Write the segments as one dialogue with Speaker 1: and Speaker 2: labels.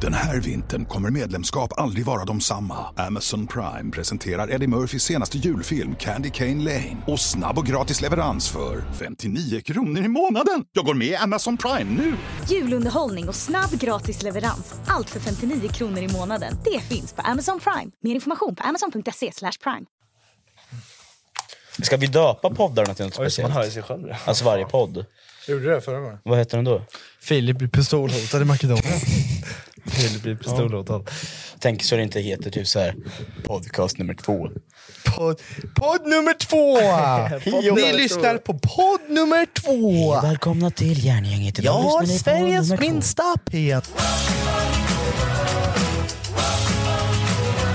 Speaker 1: Den här vintern kommer medlemskap aldrig vara de samma. Amazon Prime presenterar Eddie Murphys senaste julfilm Candy Cane Lane. Och snabb och gratis leverans för 59 kronor i månaden. Jag går med i Amazon Prime nu!
Speaker 2: Julunderhållning och snabb gratis leverans. Allt för 59 kronor i månaden. Det finns på Amazon Prime. Mer information på amazon.se slash prime.
Speaker 3: Ska vi döpa poddarna till något
Speaker 4: Ja, just det, man
Speaker 3: speciellt?
Speaker 4: hör ju sig själv. ja.
Speaker 3: Alltså varje podd.
Speaker 4: Gjorde du det förra gången?
Speaker 3: Vad heter den då?
Speaker 5: Filip blir pistolhotad i Makedonien. Filip blir pistolhotad.
Speaker 3: Tänk så det inte heter typ så här podcast nummer två.
Speaker 5: Podd, podd nummer två! Ni lyssnar på podd nummer två!
Speaker 3: Välkomna till Järngänget.
Speaker 5: Jag har Sveriges minsta pet.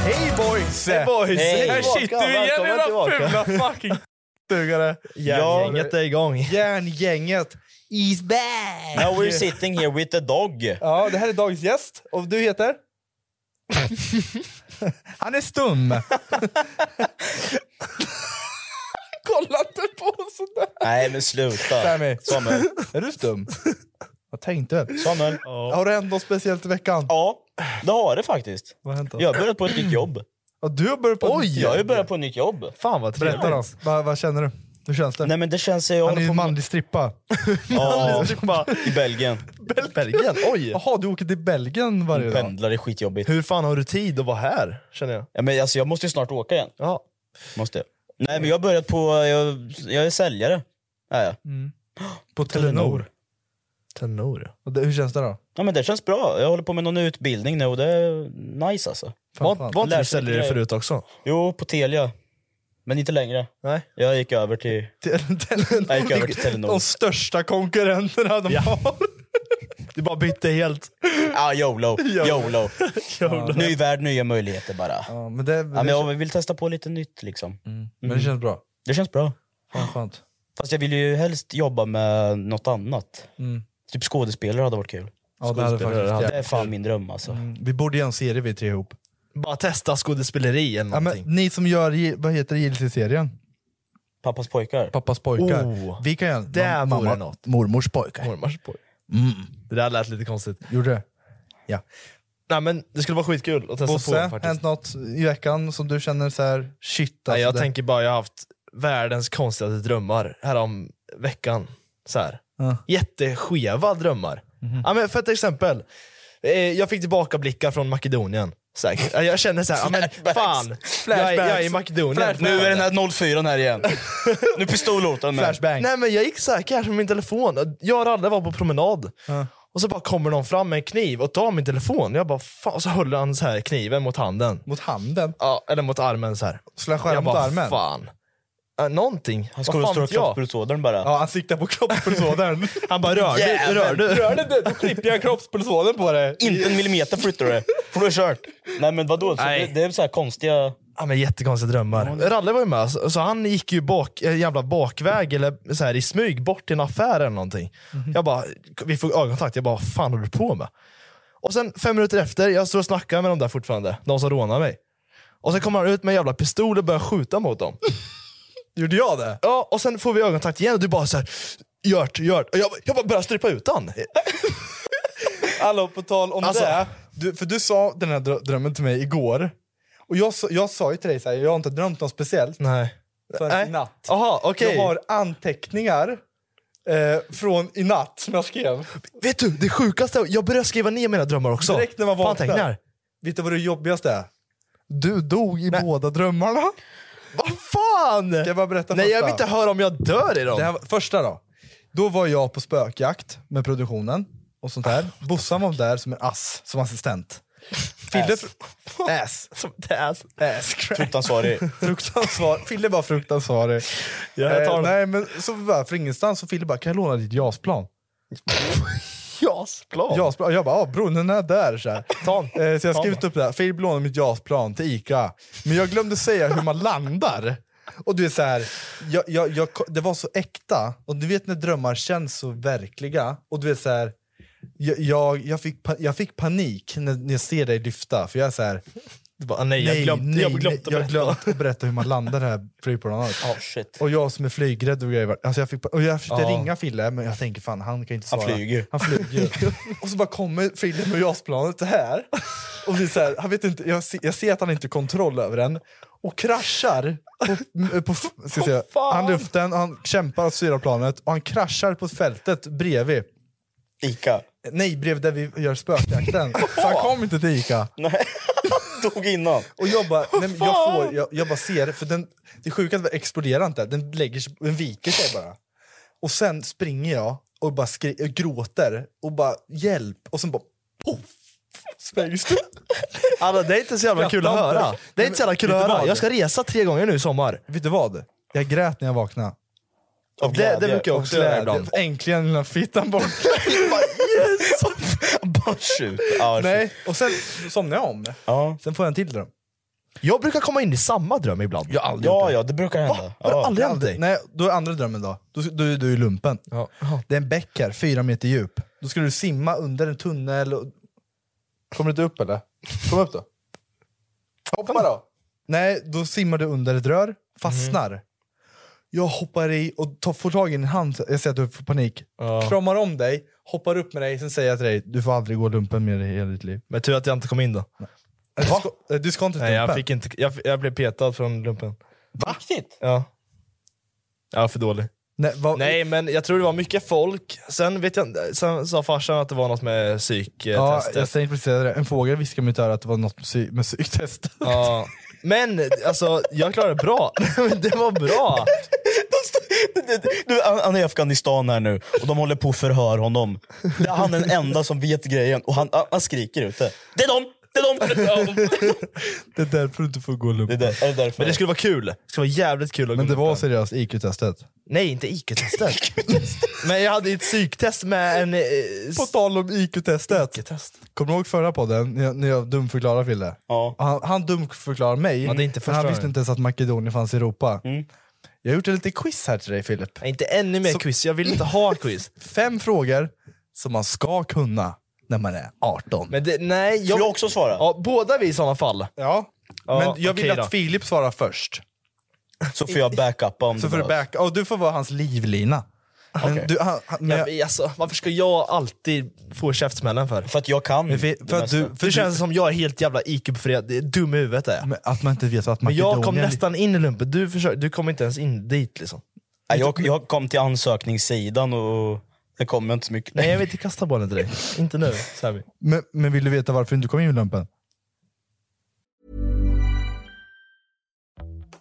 Speaker 5: Hej boys! Hej
Speaker 4: Boys,
Speaker 3: Hej.
Speaker 4: här sitter vi igen i
Speaker 5: Välkomna
Speaker 4: den fula fucking...
Speaker 5: Stugare. Järngänget
Speaker 4: Ja.
Speaker 5: är igång. Järngänget is back!
Speaker 3: Now we're sitting here with a dog.
Speaker 4: Ja, det här är dagens gäst. Och du heter?
Speaker 5: Han är stum.
Speaker 4: Kolla inte på oss sådär!
Speaker 3: Nej men sluta.
Speaker 5: Sammy.
Speaker 3: Samuel.
Speaker 5: Är du stum? Jag tänkte.
Speaker 3: Samuel.
Speaker 5: Har det hänt något speciellt i veckan?
Speaker 3: Ja, det har det faktiskt.
Speaker 5: Vad har hänt då?
Speaker 3: Jag har börjat på ett nytt jobb.
Speaker 5: Ja, du har börjat på
Speaker 3: Jag har ju börjat på ett nytt jobb.
Speaker 5: Fan vad trevligt. Berätta då. Vad, vad känner du? Hur känns det?
Speaker 3: Nej men det känns som jag
Speaker 5: Han är
Speaker 3: håller
Speaker 5: ju
Speaker 3: på med...
Speaker 5: manlig liksom strippa.
Speaker 3: Ja,
Speaker 5: strippa.
Speaker 3: i Belgien.
Speaker 6: Belgien? Oj!
Speaker 5: Jaha, du åker till Belgien varje dag?
Speaker 3: Pendlar är skitjobbigt.
Speaker 6: Hur fan har du tid att vara här? Känner jag.
Speaker 3: Ja, men alltså, jag måste ju snart åka igen.
Speaker 6: Ja.
Speaker 3: Måste jag. Nej men jag har börjat på, jag, jag är säljare. Är jag.
Speaker 5: På Telenor.
Speaker 6: Tenor.
Speaker 5: Och det, hur känns det då?
Speaker 3: Ja men det känns bra. Jag håller på med någon utbildning nu och det är nice alltså.
Speaker 5: Fan,
Speaker 6: Var,
Speaker 5: fan.
Speaker 6: var inte
Speaker 3: Lär
Speaker 6: du
Speaker 3: sig lite
Speaker 6: säljare
Speaker 3: grejer.
Speaker 6: förut också?
Speaker 3: Jo, på Telia. Men inte längre.
Speaker 6: Nej.
Speaker 3: Jag gick över till,
Speaker 5: Tel- Telenor.
Speaker 3: jag gick över till Telenor.
Speaker 5: De största konkurrenterna de har.
Speaker 6: Du bara bytte helt.
Speaker 3: Ah, YOLO, YOLO. Ny värld, nya möjligheter bara.
Speaker 5: Ja, men, det, Mm.
Speaker 3: Ja,
Speaker 5: men,
Speaker 3: men jag vill testa på lite nytt liksom.
Speaker 5: det känns bra.
Speaker 3: Det känns bra.
Speaker 5: Fan, skönt.
Speaker 3: Fast jag vill ju helst jobba med något annat.
Speaker 5: Mm.
Speaker 3: Typ skådespelare hade varit kul.
Speaker 5: Ja, det hade
Speaker 6: Skådespelare
Speaker 5: faktiskt Mm.
Speaker 6: hade-
Speaker 3: Det är fan min dröm alltså.
Speaker 5: jävligt. Vi borde göra en serie vi tre ihop.
Speaker 6: Bara testa skådespeleri eller
Speaker 5: Ja, men,
Speaker 6: någonting.
Speaker 5: ni som gör, J- vad heter JLC-serien?
Speaker 3: Pappas pojkar.
Speaker 5: Pappas pojkar.
Speaker 6: Oh.
Speaker 5: Vi kan göra en.
Speaker 6: Det
Speaker 5: mam-
Speaker 6: vore
Speaker 5: mamma-
Speaker 6: något.
Speaker 5: Mormors pojkar.
Speaker 6: Mormars poj. Det där lät lite konstigt.
Speaker 5: Gjorde det?
Speaker 6: Nej men det skulle vara skitkul att testa på
Speaker 5: Bosse,
Speaker 6: faktiskt.
Speaker 5: hänt något i veckan som du känner så här, shit
Speaker 6: Nej,
Speaker 5: alltså,
Speaker 6: jag
Speaker 5: det-
Speaker 6: tänker bara jag har haft världens konstigaste drömmar härom veckan. Så här.
Speaker 5: Ja.
Speaker 6: Jätteskeva drömmar. Ja, men för ett exempel. Eh, Jag fick tillbaka blickar från Makedonien. Säkert. Ja, Jag känner så här, ja, men
Speaker 3: Flashbacks.
Speaker 6: fan, jag är, jag är i Makedonien.
Speaker 3: Nu är den här 04 här igen. nu pistolhotar den mig.
Speaker 5: Flashbang.
Speaker 6: Nej men jag gick så här kanske med min telefon. Jag och Ralle var på promenad. Och så bara kommer någon fram med en kniv och tar min telefon. Jag bara, fan. Och så höll han så här kniven mot handen.
Speaker 5: Mot handen?
Speaker 6: Ja, eller mot armen så här.
Speaker 5: Slår han skära
Speaker 6: jag
Speaker 5: mot
Speaker 6: bara,
Speaker 5: armen?
Speaker 6: fan. Ja, Någonting.
Speaker 3: Han
Speaker 6: Vad
Speaker 3: skulle
Speaker 6: fan
Speaker 3: stå och
Speaker 6: vet jag?
Speaker 3: kroppspulsådern bara.
Speaker 5: Ja, han siktar på kroppspulsådern.
Speaker 6: Han bara, rör du? Rör du?
Speaker 4: Rör dig inte, då klipper jag kroppspulsådern på dig!
Speaker 3: Inte en millimeter flyttar du För du är kört. Nej men vadå? Så
Speaker 6: Nej.
Speaker 3: Det, det är så här konstiga...
Speaker 6: Ja, men jättekonstiga drömmar. Ralle var ju med, så så han gick ju bak, eh, jävla bakväg eller så här, i smyg bort till en affär eller någonting.
Speaker 5: Mhm.
Speaker 6: Jag bara, vi får ögonkontakt, jag bara, vad fan håller du på med? Och sen fem minuter efter, jag står och snackar med dem där fortfarande, de som rånar mig. Och sen kommer han ut med en jävla pistol och börjar skjuta mot dem.
Speaker 5: Gjorde jag det?
Speaker 6: Ja, och sen får vi ögonkontakt igen och du bara så här, Gjort, gjort. Och jag, jag bara börjar strypa ut han.
Speaker 5: Hallå, på tal om
Speaker 6: Alltså-
Speaker 5: det. Du, för du sa den här drö- drömmen till mig igår. Och jag, sa- jag sa ju till dig så här, jag har inte drömt något speciellt
Speaker 6: Nej.
Speaker 5: förrän
Speaker 6: Nej.
Speaker 5: i natt.
Speaker 6: Jaha, okej.
Speaker 5: Jag har anteckningar eh, från i natt som jag skrev.
Speaker 6: Vet du, det sjukaste, jag börjar skriva ner mina drömmar också.
Speaker 5: Direkt när man
Speaker 6: På
Speaker 5: vaknar.
Speaker 6: anteckningar.
Speaker 5: Vet du vad det jobbigaste är? Du dog i båda drömmarna.
Speaker 6: Vad fan!
Speaker 5: Ska jag bara berätta
Speaker 6: Nej jag
Speaker 5: första?
Speaker 6: vill inte höra om jag dör i dem.
Speaker 5: Det här, var- första då. Då var jag på spökjakt med produktionen och sånt där.
Speaker 6: Ah,
Speaker 5: Bossan var där som en ass, som assistent. Fille, ass.
Speaker 6: Som täs.
Speaker 5: ass crack.
Speaker 3: Fruktansvarig.
Speaker 5: Fruktansvar. Fille var fruktansvarig.
Speaker 6: jag tar
Speaker 5: eh,
Speaker 6: den.
Speaker 5: nej, men så bara, från ingenstans så Fille bara, kan jag låna ditt jasplan?
Speaker 6: Jasplan.
Speaker 5: jasplan? Jag bara, ja bror den är där. Så, här.
Speaker 6: Ta den.
Speaker 5: Eh, så jag
Speaker 6: Ta
Speaker 5: har skrivit upp det här, Filip lånade mitt jasplan till Ica. Men jag glömde säga hur man landar. Och du är så här, jag, jag, jag, det var så äkta. Och du vet när drömmar känns så verkliga. Och du är så här, jag, jag, jag, fick, pa- jag fick panik när, när jag ser dig lyfta. För jag är så här,
Speaker 6: Du bara, nej, jag glömde, jag glömde att
Speaker 5: jag
Speaker 6: berätta.
Speaker 5: glömt att berätta hur man landar det här flygplanet.
Speaker 3: Ja, shit.
Speaker 5: Och jag som är flygrädd och grejer. Alltså jag fick, och jag försökte
Speaker 6: Ja.
Speaker 5: ringa Fille, men jag tänker fan han kan inte
Speaker 3: Han
Speaker 5: svara.
Speaker 3: flyger ju.
Speaker 5: Han flyger ju. och så bara kommer Fille med JAS-planet så här. Och vi så här han vet inte, jag, ser, jag ser att han inte har kontroll över den. Och kraschar på, på, ska jag säga,
Speaker 6: Åh, fan.
Speaker 5: han luften, han kämpar att styra planet och han kraschar på fältet bredvid.
Speaker 3: Ica.
Speaker 5: Nej, bredvid där vi gör spökjakten. så han kom inte till Ica.
Speaker 3: Nej, dog innan.
Speaker 5: Och jag bara, nej, men jag, får, jag, jag bara ser, för den, det sjuka är att den exploderar inte, den, lägger, sig- den viker sig bara. Och sen springer jag och bara skri- och gråter och bara hjälp och sen bara poff! Sprängs det.
Speaker 6: Alltså, det är inte så jävla kul att
Speaker 5: Skratta inte.
Speaker 6: höra. Det är inte så jävla kul
Speaker 5: Vet
Speaker 6: att
Speaker 5: du
Speaker 6: höra.
Speaker 5: vad?
Speaker 6: Jag ska resa tre gånger nu i sommar.
Speaker 5: Vet du vad? Jag grät när jag vaknade.
Speaker 3: Av
Speaker 6: Det, det
Speaker 3: glädje.
Speaker 6: brukar jag också göra ibland.
Speaker 5: Äntligen lilla fittan bort.
Speaker 3: Bara shoot. Ja, shoot.
Speaker 5: Nej. Och sen somnade jag om.
Speaker 3: Ja.
Speaker 5: Sen får jag en till dröm.
Speaker 6: Jag brukar komma in i samma dröm ibland. Jag har aldrig
Speaker 3: ja, ja, det brukar hända.
Speaker 6: Har det
Speaker 3: Ja.
Speaker 6: aldrig hänt dig?
Speaker 5: Nej, då är andra drömmen då. Då, då är du i lumpen.
Speaker 6: Ja.
Speaker 5: Det är en bäck här, fyra meter djup. Då ska du simma under en tunnel. Och... Kommer du inte upp eller? Kom upp då. Hoppa då. Nej, då simmar du under ett rör, fastnar. Jag hoppar i och tar, får tag i din hand. Jag ser att du får panik. Kramar om dig, hoppar upp med dig, sen säger jag till dig du får aldrig gå lumpen mer i hela ditt liv.
Speaker 6: Men tur att jag inte kom in då.
Speaker 5: Du ska, eh, du ska inte till
Speaker 6: Nej, jag,
Speaker 5: lumpen.
Speaker 6: fick inte, jag, jag blev petad från lumpen.
Speaker 3: Riktigt?
Speaker 6: Ja. Jag var för dålig.
Speaker 5: Nej, vad-
Speaker 6: Nej, men jag tror det var mycket folk. Sen, vet jag, inte- sen sa farsan att det var något med
Speaker 5: Ja,
Speaker 6: psyktestet.
Speaker 5: jag tänkte precis säga det. En fågel viskar i mitt öra att det var något med psy- med psyktest.
Speaker 6: Ja. Men alltså, jag klarade det bra. det var bra.
Speaker 3: Du, han, han är i Afghanistan här nu och de håller på och förhör honom. Det är han är den enda som vet grejen och han, han skriker ute. Det är de! Det är de!
Speaker 5: Det är därför du inte får gå
Speaker 3: Det är,
Speaker 5: lumpen.
Speaker 3: där, är det därför?
Speaker 6: Men det skulle vara kul. Det skulle vara jävligt kul att
Speaker 5: Men
Speaker 6: gå
Speaker 5: det var
Speaker 6: lumpen.
Speaker 5: seriöst IQ-testet.
Speaker 6: Nej, inte IQ-testet. men jag hade ju ett psyktest med en... Eh,
Speaker 5: På tal om IQ-testet.
Speaker 6: test.
Speaker 5: Kommer du ihåg förra podden när jag, när jag dumförklarade Fille?
Speaker 3: Ja.
Speaker 5: Han, han dumförklarade mig,
Speaker 6: Ja, det är inte
Speaker 5: för han
Speaker 6: första
Speaker 5: visste
Speaker 6: gången. Mm.
Speaker 5: inte ens att Makedonien fanns i Europa. Jag har gjort en liten quiz här till dig Filip.
Speaker 6: Nej, inte ännu mer quiz. Jag vill inte ha quiz.
Speaker 5: Fem frågor som man ska kunna när man är 18.
Speaker 6: Men det, nej,
Speaker 3: Får jag
Speaker 6: jag...
Speaker 3: också svara?
Speaker 6: Ja, båda vi i sådana fall.
Speaker 5: ja.
Speaker 6: Ja,
Speaker 5: Men jag vill
Speaker 6: okej
Speaker 5: att
Speaker 6: då.
Speaker 5: Filip svarar först.
Speaker 3: Så får jag backuppa om
Speaker 5: Så
Speaker 3: det
Speaker 5: får du,
Speaker 3: behövs.
Speaker 5: back, och du får vara hans livlina. Men du, han, han, men
Speaker 6: Ja,
Speaker 5: jag,
Speaker 6: men alltså, varför ska jag alltid få käftsmällen för?
Speaker 3: För att jag kan
Speaker 5: för,
Speaker 3: det
Speaker 5: för att
Speaker 3: mesta.
Speaker 5: du, Mm. för
Speaker 6: Det
Speaker 5: du,
Speaker 6: känns som jag är helt jävla IQ-befriad. Det är Dum i huvudet är jag.
Speaker 5: men att man inte vet att
Speaker 6: Men
Speaker 5: Makedonien...
Speaker 6: jag kom nästan in i lumpen. Du, försökte, du kom inte ens in dit liksom.
Speaker 3: Nej, jag, jag kom till ansökningssidan och det kom jag inte så mycket.
Speaker 6: Nej, jag vill inte kasta bollen till dig. inte nu, Sami.
Speaker 5: men, men vill du veta varför du inte kom in i lumpen?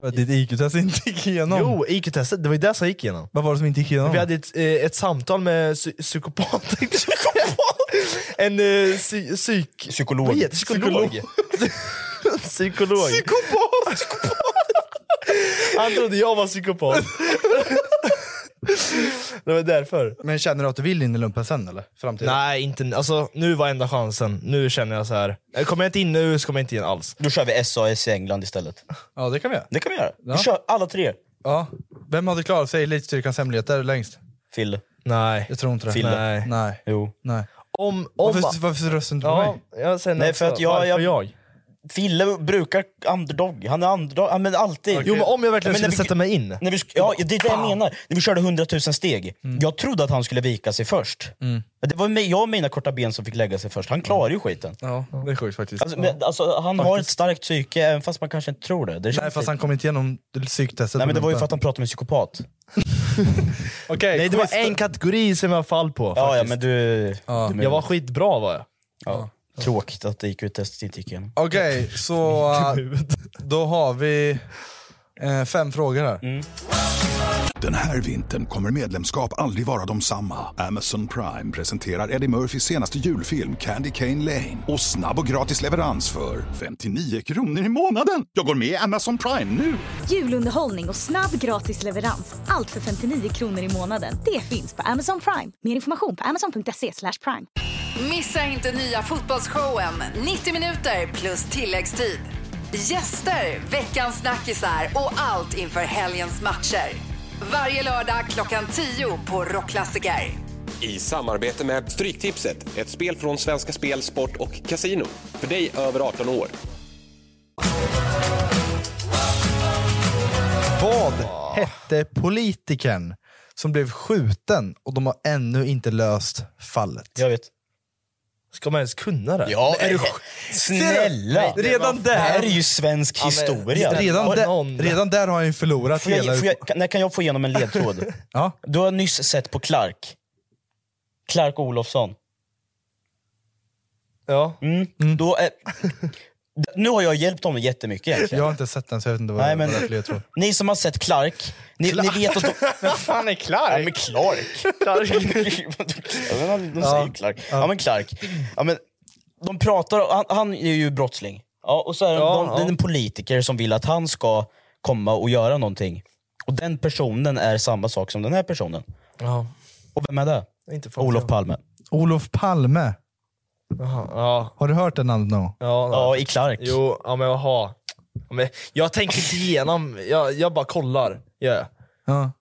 Speaker 5: För att ditt IQ-test inte gick igenom.
Speaker 6: Jo, IQ-testet. Det var ju det som jag gick igenom.
Speaker 5: Vad var det som inte gick igenom?
Speaker 6: Vi hade ett, eh, ett samtal med psy- psykopat. tänkte jag säga. en eh, psy, psyk...
Speaker 3: Psykolog.
Speaker 6: Vad heter det? Psykolog. Psykolog.
Speaker 5: Psykopat!
Speaker 6: Han trodde jag var psykopat. Det var därför.
Speaker 5: Men känner du att du vill in i lumpen sen eller? Framtiden?
Speaker 6: Nej, inte, alltså, nu var enda chansen. Nu känner jag så här. eh, Kommer jag inte in nu så kommer jag inte in alls.
Speaker 3: Då kör vi SAS i England istället.
Speaker 5: Ja, det kan vi göra.
Speaker 3: Det kan vi göra. Vi kör alla tre.
Speaker 5: Ja. Vem hade klarat sig i Elitstyrkans hemligheter längst?
Speaker 3: Fille.
Speaker 6: Nej.
Speaker 5: Jag tror inte det.
Speaker 3: Fille.
Speaker 5: Nej. Nej.
Speaker 3: Jo.
Speaker 5: Nej.
Speaker 6: Om, om,
Speaker 5: Varför, varför röstar du inte på
Speaker 6: ja,
Speaker 5: mig?
Speaker 6: jag säger
Speaker 3: Nej,
Speaker 6: också.
Speaker 3: för att jag-
Speaker 6: Varför
Speaker 3: jag-
Speaker 6: jag?
Speaker 3: Fille brukar underdog. Han är underdog. Han är alltid...
Speaker 6: Jo, men om jag verkligen
Speaker 3: Ja, men när
Speaker 6: skulle
Speaker 3: vi-
Speaker 6: sätta mig in.
Speaker 3: När vi, sk- ja, det är det jag menar. När vi körde 100 000 steg. Jag trodde att han skulle vika sig först. Men Det var mig- jag och mina korta ben som fick lägga sig först. Han klarar ju skiten.
Speaker 5: Ja, det är sjukt faktiskt.
Speaker 3: Alltså, men, alltså, han har ett starkt psyke, även fast man kanske inte tror det. det
Speaker 5: Nej,
Speaker 3: känns
Speaker 5: fast
Speaker 3: lite-
Speaker 5: han kom inte igenom psyktestet.
Speaker 3: Nej, men det var ju för
Speaker 5: Lumpen.
Speaker 3: att han pratade med en psykopat.
Speaker 5: Okej,
Speaker 6: Nej, det var
Speaker 5: quiz-
Speaker 6: en kategori som jag fall på.
Speaker 3: Ja, ja,
Speaker 6: faktiskt.
Speaker 3: men du... du men-
Speaker 6: Jag var skitbra var jag.
Speaker 3: ja. Tråkigt att det gick ut testet inte gick igenom.
Speaker 5: Okej, så äh, då har vi eh, fem frågor här.
Speaker 1: Den här vintern kommer medlemskap aldrig vara de samma. Amazon Prime presenterar Eddie Murphys senaste julfilm Candy Cane Lane. Och snabb och gratis leverans för 59 kronor i månaden. Jag går med i Amazon Prime nu!
Speaker 2: Julunderhållning och snabb gratis leverans. Allt för 59 kronor i månaden. Det finns på Amazon Prime. Mer information på amazon.se slash prime.
Speaker 7: Missa inte nya fotbollsshowen 90 minuter plus tilläggstid. Gäster, veckans snackisar och allt inför helgens matcher. Varje lördag klockan 10 på Rockklassiker.
Speaker 8: I samarbete med Stryktipset, ett spel från Svenska Spel, Sport och Casino. För dig över 18 år.
Speaker 5: Vad hette politikern som blev skjuten och de har ännu inte löst fallet?
Speaker 3: Jag vet.
Speaker 6: Ska man ens kunna det?
Speaker 3: Ja, är du...
Speaker 5: Nej,
Speaker 3: Snälla!
Speaker 5: det var-
Speaker 3: Det här är ju svensk historia.
Speaker 5: Redan,
Speaker 6: Har
Speaker 5: där,
Speaker 6: någon-
Speaker 5: redan där har han ju förlorat
Speaker 3: Får jag,
Speaker 5: hela...
Speaker 3: får jag, kan, när kan jag få igenom en ledtråd?
Speaker 5: Ja.
Speaker 3: Du har nyss sett på Clark. Clark Olofsson.
Speaker 6: Ja.
Speaker 3: Mm. Då är, nu har jag hjälpt honom jättemycket egentligen.
Speaker 5: Jag har inte sett den så jag vet inte vad
Speaker 3: Nej,
Speaker 5: vad
Speaker 3: men-
Speaker 5: det är för ledtråd.
Speaker 3: Ni som har sett Clark, ni, ni vet att... Vem
Speaker 6: fan är
Speaker 3: Ja,
Speaker 6: Clark?
Speaker 3: men Clark. Ja, men De säger Clark. Ja, men Clark. Ja, men de pratar, han, han är ju brottsling. Ja, och så är
Speaker 6: Ja,
Speaker 3: de,
Speaker 6: ja.
Speaker 3: Det är en politiker som vill att han ska komma och göra någonting. Och den personen är samma sak som den här personen.
Speaker 6: Ja.
Speaker 3: Och vem är det?
Speaker 6: Inte fan
Speaker 3: Olof
Speaker 6: jag.
Speaker 3: Palme.
Speaker 5: Olof Palme.
Speaker 6: Jaha, Ja.
Speaker 5: Har du hört den namnet någon gång?
Speaker 6: Ja,
Speaker 3: Ja, i Clark.
Speaker 6: Jo, ja, men jaha. Ja, men jag tänker inte igenom, jag, jag bara kollar. gör jag.
Speaker 5: Ja.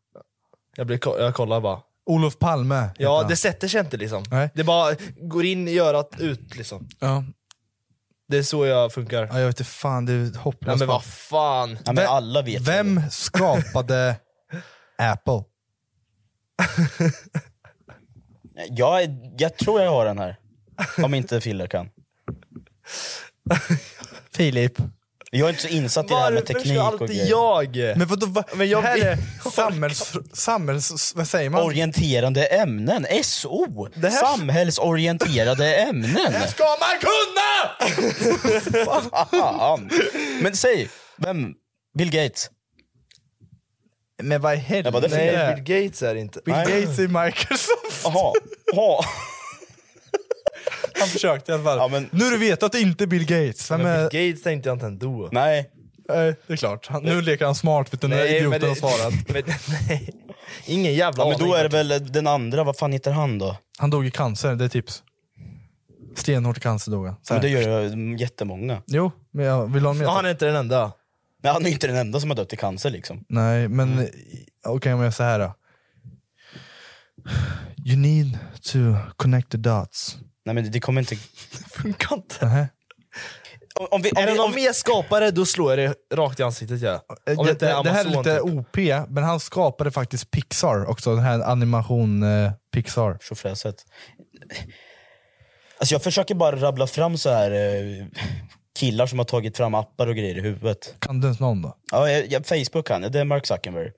Speaker 6: Jag, blir, ko- jag kollar bara.
Speaker 5: Olof Palme. heter
Speaker 6: Ja,
Speaker 5: han.
Speaker 6: det sätter sig inte liksom.
Speaker 5: Nej.
Speaker 6: Det bara går in i örat, ut liksom.
Speaker 5: ja.
Speaker 6: Det är så jag funkar.
Speaker 5: ja, jag vet inte fan. Det är
Speaker 6: Ja,
Speaker 5: hopplöst.
Speaker 6: men vad Alltså, fan.
Speaker 3: Ja, men alla vet det.
Speaker 5: Vem skapade Apple?
Speaker 3: Jag, är- jag tror jag har den här. Om inte Fille kan.
Speaker 5: Filip.
Speaker 3: Jag är inte så insatt i det här med
Speaker 6: Varför
Speaker 3: teknik
Speaker 6: ska
Speaker 3: och
Speaker 6: alltid
Speaker 3: grejer.
Speaker 6: jag?
Speaker 5: Men vadå? Va?
Speaker 6: Men jag-
Speaker 5: här är samhälls... samhälls vad säger man?
Speaker 3: Orienterande ämnen, SO! Samhällsorienterade ämnen!
Speaker 6: Ska man kunna?
Speaker 3: Fan. Men säg, vem? Bill Gates?
Speaker 5: Men vad i helvete?
Speaker 3: bara, det är
Speaker 5: Nej,
Speaker 3: fel.
Speaker 5: Bill-
Speaker 6: Bill Gates är det inte.
Speaker 5: Bill Gates i Microsoft.
Speaker 3: Jaha. Jaha.
Speaker 5: Han försökte i alla fall.
Speaker 3: Ja, men-
Speaker 5: Nu du vet att det inte är Bill Gates. Vem är...
Speaker 6: Men Bill Gates tänkte jag inte ändå.
Speaker 3: Nej.
Speaker 5: Nej, det är klart. Han, nu leker han smart. Vet du, när
Speaker 6: men
Speaker 5: idioten
Speaker 6: det-
Speaker 5: har svarat.
Speaker 6: Men, nej. Ingen jävla
Speaker 3: Ja, men
Speaker 6: aning.
Speaker 3: då är det väl den andra, vad fan heter han då?
Speaker 5: Han dog i cancer, det är tips. Stenhårt i cancer dog han. Så
Speaker 3: Men
Speaker 5: här.
Speaker 3: det gör ju jättemånga.
Speaker 5: Jo, men jag vill du ha mer?
Speaker 6: Ja, han är inte den enda.
Speaker 3: Men han är ju inte den enda som har dött i cancer liksom.
Speaker 5: Nej, men
Speaker 6: Mm.
Speaker 5: eh, okej om jag gör så här då. You need to connect the dots.
Speaker 3: Nej men det kommer inte...
Speaker 6: Funkar inte.
Speaker 5: Nähä.
Speaker 3: Om, om vi, om
Speaker 6: Är det
Speaker 3: vi, om
Speaker 6: någon
Speaker 3: vi,
Speaker 6: mer skapare, då slår jag det rakt i ansiktet. Ja.
Speaker 5: Eh,
Speaker 6: Om det,
Speaker 5: Det,
Speaker 6: inte är
Speaker 5: det, det här är
Speaker 6: Amazon,
Speaker 5: lite
Speaker 6: typ.
Speaker 5: OP, men han skapade faktiskt Pixar också. Den här animation eh, Pixar.
Speaker 3: tjofräset. Alltså jag försöker bara rabbla fram så här eh, killar som har tagit fram appar och grejer i huvudet.
Speaker 5: Kan du ens någon då?
Speaker 3: Ja, jag, jag, Facebook han, det är Mark Zuckerberg.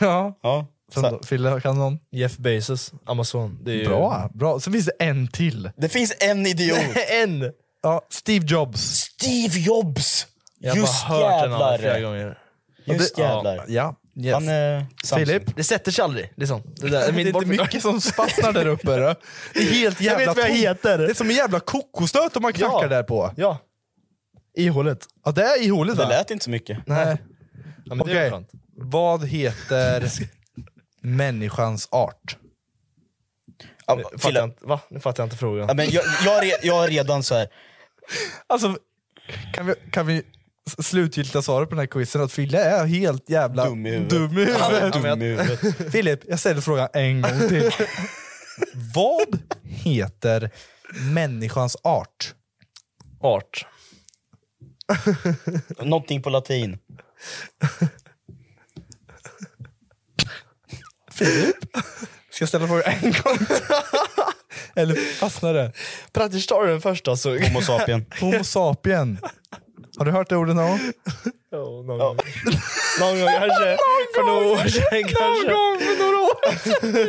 Speaker 5: Ja.
Speaker 3: Ja.
Speaker 5: Sen
Speaker 3: Så-
Speaker 5: då, Fille, kan någon?
Speaker 6: Jeff Bezos, Amazon. Det är ju...
Speaker 5: Bra, bra. Så finns det en till.
Speaker 3: Det finns en idiot.
Speaker 6: en!
Speaker 5: Ja, Steve Jobs.
Speaker 3: Steve Jobs!
Speaker 6: Jag har
Speaker 3: Just
Speaker 6: bara hört den alla flera
Speaker 3: jävlar.
Speaker 6: gånger.
Speaker 3: Just
Speaker 6: Ja,
Speaker 3: jävlar.
Speaker 5: Ja, yes.
Speaker 3: Han eh, är Samsung.
Speaker 5: Filip?
Speaker 6: Det sätter sig aldrig. Det är sånt. Det, där,
Speaker 5: Det är inte mycket som fastnar där uppe. Då. Det är helt jävla
Speaker 6: vet vad jag
Speaker 5: tomt.
Speaker 6: heter.
Speaker 5: Det är som en jävla kokosnöt om man knackar
Speaker 6: Ja.
Speaker 5: där på.
Speaker 6: Ja.
Speaker 5: Ihåligt. Ja, det är ihåligt
Speaker 3: Det
Speaker 5: va?
Speaker 3: lät inte så mycket.
Speaker 5: Nej.
Speaker 6: ja men det är
Speaker 5: Okej,
Speaker 6: skönt.
Speaker 5: vad heter människans art.
Speaker 3: Ja,
Speaker 6: Fattar jag
Speaker 3: Fille,
Speaker 6: inte, va? Nu fattar jag inte frågan.
Speaker 3: ja, men jag, jag, är re- jag är redan så här.
Speaker 5: Alltså, kan vi, kan vi s- slutgiltiga svaret på den här quizen att Fille är helt jävla
Speaker 3: Dum i huvudet.
Speaker 5: Dum i
Speaker 3: Han är
Speaker 5: huvudet.
Speaker 3: dum i huvudet.
Speaker 5: Filip, jag ställer frågan en gång till. Vad heter människans art?
Speaker 6: Art.
Speaker 3: Någonting på latin.
Speaker 5: Ska jag ställa frågan en gång till? Eller fastnar det?
Speaker 6: Praktiskt tar du den första så...
Speaker 3: Homo sapien.
Speaker 5: Homo sapien. Har du hört det ordet någon gång?
Speaker 6: Ja, någon gång. någon gång kanske. För några år sedan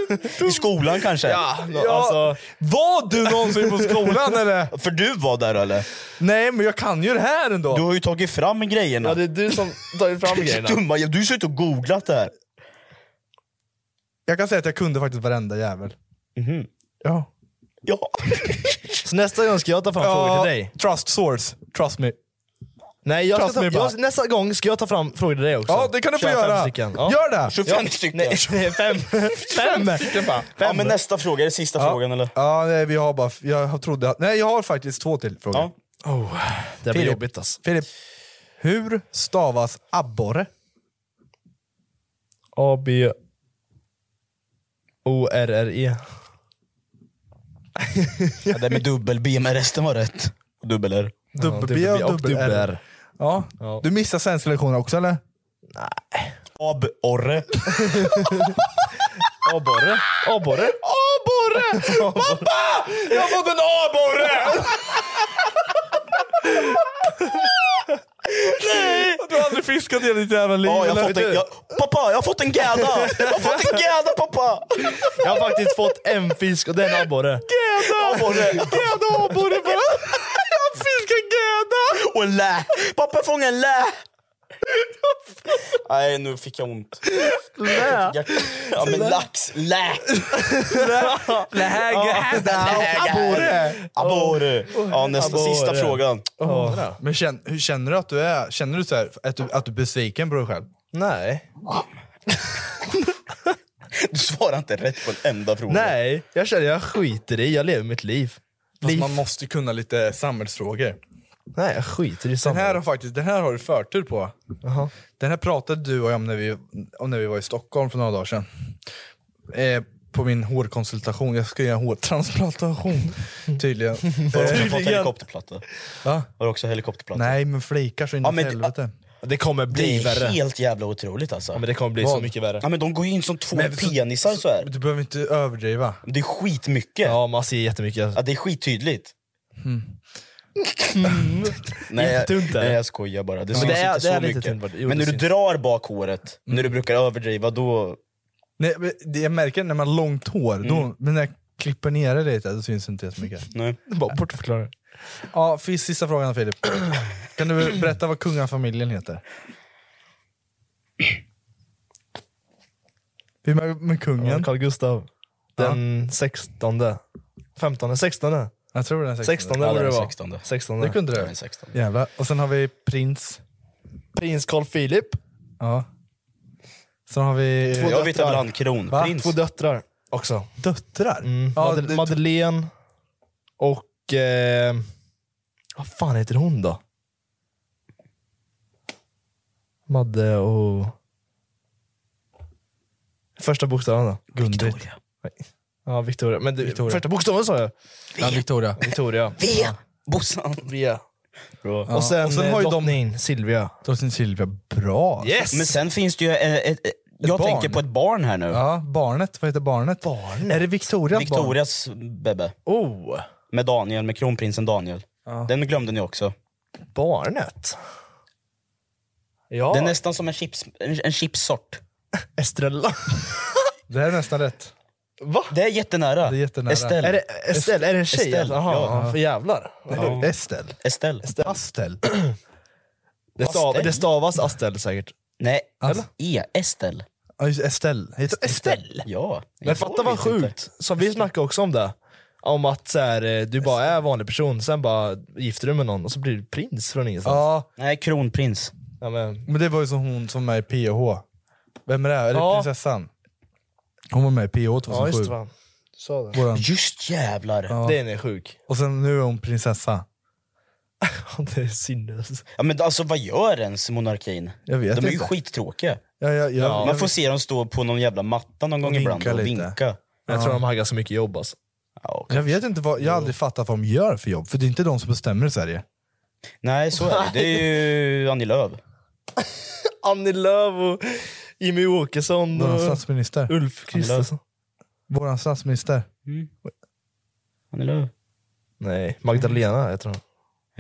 Speaker 6: kanske.
Speaker 3: I skolan kanske?
Speaker 6: Ja, nå- alltså,
Speaker 5: Var du någonsin på skolan eller?
Speaker 3: För du var där eller?
Speaker 5: Nej, men jag kan ju det här ändå.
Speaker 3: Du har ju tagit fram grejerna.
Speaker 6: ja, det är du som tagit fram grejerna.
Speaker 3: Dumma, jävel, du har ju suttit och googlat det här.
Speaker 5: Jag kan säga att jag kunde faktiskt varenda jävel. Ja.
Speaker 3: Ja.
Speaker 6: Mhm. Så nästa gång ska jag ta fram frågor till dig.
Speaker 5: Trust source. Trust me.
Speaker 6: Nej, jag ska
Speaker 5: Trust
Speaker 6: ta,
Speaker 5: me, bara.
Speaker 6: jag, Alltså, nästa gång ska jag ta fram frågor till dig också.
Speaker 5: Ja, det kan du få
Speaker 6: 25
Speaker 5: göra.
Speaker 6: Stycken. Ja.
Speaker 5: Gör det!
Speaker 3: 25 stycken.
Speaker 6: Nej, fem. fem. fem.
Speaker 3: Ja, men nästa fråga, är det sista frågan eller?
Speaker 5: Ja, nej, vi har bara... Jag trodde... att- Nej, jag har faktiskt två till frågor. Oh.
Speaker 3: Ja.
Speaker 6: Det blir
Speaker 5: Filip.
Speaker 6: jobbigt alltså.
Speaker 5: Filip, hur stavas abborre?
Speaker 6: A, B, O, R, R, E.
Speaker 3: Ja, det med dubbel-B, men resten var rätt. Och Dubbel-R.
Speaker 5: Dubbel-B och dubbel-R. Ja. Du missar svenska lektioner också eller?
Speaker 3: Ab-orre.
Speaker 6: Abborre. Abborre.
Speaker 5: Abborre! Pappa! Jag har fått en abborre! Du har aldrig fiskat i hela ditt jävla liv?
Speaker 3: Ja, jag har
Speaker 5: eller?
Speaker 3: fått en, jag, pappa, jag har fått en gädda! Jag har fått en gädda pappa!
Speaker 6: Jag har faktiskt fått en fisk och det är en abborre.
Speaker 3: Abborre.
Speaker 6: Gädda abborre bara. Jag fiskar gädda.
Speaker 3: Och en lä! Pappa fångade en lä! Nej, nu fick jag ont. Lä? Ja, men lax. Lä!
Speaker 5: Abborre!
Speaker 3: Abborre. Ja, nästa, sista
Speaker 6: Abborre.
Speaker 3: frågan.
Speaker 5: Men känn, hur känner du att du är? Känner du, så här, att du att du är besviken på dig själv?
Speaker 6: Nej.
Speaker 3: Du svarar inte rätt på en enda fråga.
Speaker 6: Nej, jag känner jag skiter i. Jag lever mitt liv.
Speaker 5: Fast
Speaker 6: liv.
Speaker 5: man måste kunna lite samhällsfrågor.
Speaker 6: Nej, jag skiter i
Speaker 5: Den här, har
Speaker 6: samhället.
Speaker 5: faktiskt, den här har du förtur på.
Speaker 6: Jaha.
Speaker 5: Den här pratade du och jag om när vi, om när vi var i Stockholm för några dagar sedan. Eh, på min hårkonsultation. Jag ska göra en hårtransplantation tydligen.
Speaker 3: Har du också fått
Speaker 5: Tydligen.
Speaker 3: helikopterplatta?
Speaker 5: Va?
Speaker 3: Har du också helikopterplatta?
Speaker 5: Nej men flikar så in i
Speaker 3: Ja, men det-
Speaker 5: helvete.
Speaker 6: Det kommer
Speaker 3: Det
Speaker 6: bli
Speaker 3: är
Speaker 6: värre.
Speaker 3: helt jävla otroligt alltså.
Speaker 6: Ja, men det kommer bli så mycket värre.
Speaker 3: Ja, men de går ju in som två
Speaker 5: Men så-
Speaker 3: penisar så här.
Speaker 5: Du behöver inte överdriva.
Speaker 3: Det är skitmycket. Ja.
Speaker 6: Ja, man ser jättemycket.
Speaker 3: det är skittydligt.
Speaker 6: Mm.
Speaker 3: Nej,
Speaker 6: Jättetunt är det.
Speaker 3: nej jag skojar bara. Det syns
Speaker 6: det är-
Speaker 3: inte
Speaker 6: det är
Speaker 3: så
Speaker 6: lite
Speaker 3: mycket.
Speaker 6: tunt vart- jo,
Speaker 3: men
Speaker 6: det
Speaker 3: när du
Speaker 6: syns. Mm.
Speaker 3: drar bak håret, när du brukar överdriva då...
Speaker 5: Nej, men det jag märker när man har långt hår,
Speaker 3: Mm.
Speaker 5: då, men när jag klipper ner det lite, då syns det inte så mycket.
Speaker 3: Nej.
Speaker 6: Bara bortförklara.
Speaker 5: Ja, för sista frågan Filip. Kan du berätta vad kungafamiljen heter? Vi är med, med kungen.
Speaker 6: Carl Gustav. Den 16. 15, 16.
Speaker 5: Jag tror den är 16.
Speaker 6: 16
Speaker 3: Ja,
Speaker 6: borde
Speaker 3: den
Speaker 6: det vara.
Speaker 3: 16.
Speaker 6: 16.
Speaker 5: Det kunde
Speaker 3: Jag är
Speaker 5: du.
Speaker 3: 16.
Speaker 5: Jävlar. Och sen har vi prins.
Speaker 6: Prins Carl Philip.
Speaker 5: Ja. Sen har vi
Speaker 6: Två
Speaker 3: Jag vet
Speaker 6: döttrar.
Speaker 3: väl han kronprins?
Speaker 6: Två döttrar också.
Speaker 5: döttrar.
Speaker 6: Ja,
Speaker 5: Ja,
Speaker 6: Mm. Madel-
Speaker 5: det-
Speaker 6: Madeleine och... Eh, vad fan heter hon då? Madde och... Första bokstaven då? Gun-Britt. Nej. Ja, Victoria. Men du, Första bokstaven sa jag.
Speaker 5: ja, Victoria.
Speaker 6: Victoria.
Speaker 3: V! Bossan!
Speaker 6: Via.
Speaker 3: Bra.
Speaker 6: Och sen,
Speaker 5: och sen har
Speaker 6: eh,
Speaker 5: ju de-
Speaker 6: drottning Silvia.
Speaker 5: Drottning Silvia. Bra.
Speaker 6: Yes!
Speaker 3: Men sen finns det ju ett... ett, ett jag
Speaker 5: barn.
Speaker 3: tänker på ett barn här nu.
Speaker 5: Ja, barnet. Vad heter barnet? barnet. Är det Victorias barn?
Speaker 3: Victorias bebbe.
Speaker 6: Oh,
Speaker 3: Med Daniel, med kronprinsen Daniel. Den glömde ni också.
Speaker 6: barnet. Ja,
Speaker 3: Det är nästan som en, chips, en, en chipssort.
Speaker 6: Estrella.
Speaker 5: Det här är nästan rätt.
Speaker 3: Det är jättenära.
Speaker 5: Det är jättenära.
Speaker 3: Estelle.
Speaker 6: är det Estelle? Är det en tjej?
Speaker 3: Estelle,
Speaker 6: Jaha,
Speaker 3: ja.
Speaker 6: för jävlar.
Speaker 5: Estelle.
Speaker 3: Estelle.
Speaker 5: Pastel.
Speaker 6: Det, stav,
Speaker 3: Astell?
Speaker 6: det stavas Astel säkert.
Speaker 3: Nej, E. Estelle.
Speaker 5: Ja, just Estelle. Heter Estelle?
Speaker 3: Ja.
Speaker 6: Men fatta vad sjukt, som vi snackade också om det. Om att så här, eh, du bara är vanlig person, sen bara gifter du med någon och så blir du prins från ingenstans.
Speaker 5: Ja,
Speaker 3: Nej, kronprins.
Speaker 6: Ja, men,
Speaker 5: men det var ju som hon som är i PH. Vem är det? Är det
Speaker 6: Ja.
Speaker 5: prinsessan? Hon var med i PH
Speaker 6: Ja just det
Speaker 5: 2007.
Speaker 6: va. Du sa det.
Speaker 5: Våran.
Speaker 3: Just jävlar!
Speaker 5: Ja.
Speaker 6: Den är sjuk.
Speaker 5: Och sen nu är hon prinsessa.
Speaker 6: det är sinnes.
Speaker 3: Ja, men alltså vad gör ens monarkin?
Speaker 5: Jag vet
Speaker 3: De är ju
Speaker 5: inte.
Speaker 3: skittråkiga.
Speaker 5: Ja, ja, ja,
Speaker 3: Man får se dem stå på någon jävla matta någon gång
Speaker 5: Vinka
Speaker 3: ibland och
Speaker 5: lite.
Speaker 3: vinka.
Speaker 6: Jag tror de har ganska mycket jobb alltså.
Speaker 3: Ja, okej.
Speaker 5: jag vet inte vad, jag har aldrig fattat vad de gör för jobb, för det är inte de som bestämmer i Sverige.
Speaker 3: Nej, så är det. Det är ju Annie Lööf.
Speaker 6: Annie Lööf och Jimmy Åkesson
Speaker 3: Mm.
Speaker 5: Våran
Speaker 6: och
Speaker 5: statsminister.
Speaker 6: Ulf Kristersson.
Speaker 5: Våran statsminister.
Speaker 3: Annie Lööf?
Speaker 6: Nej, Magdalena heter hon.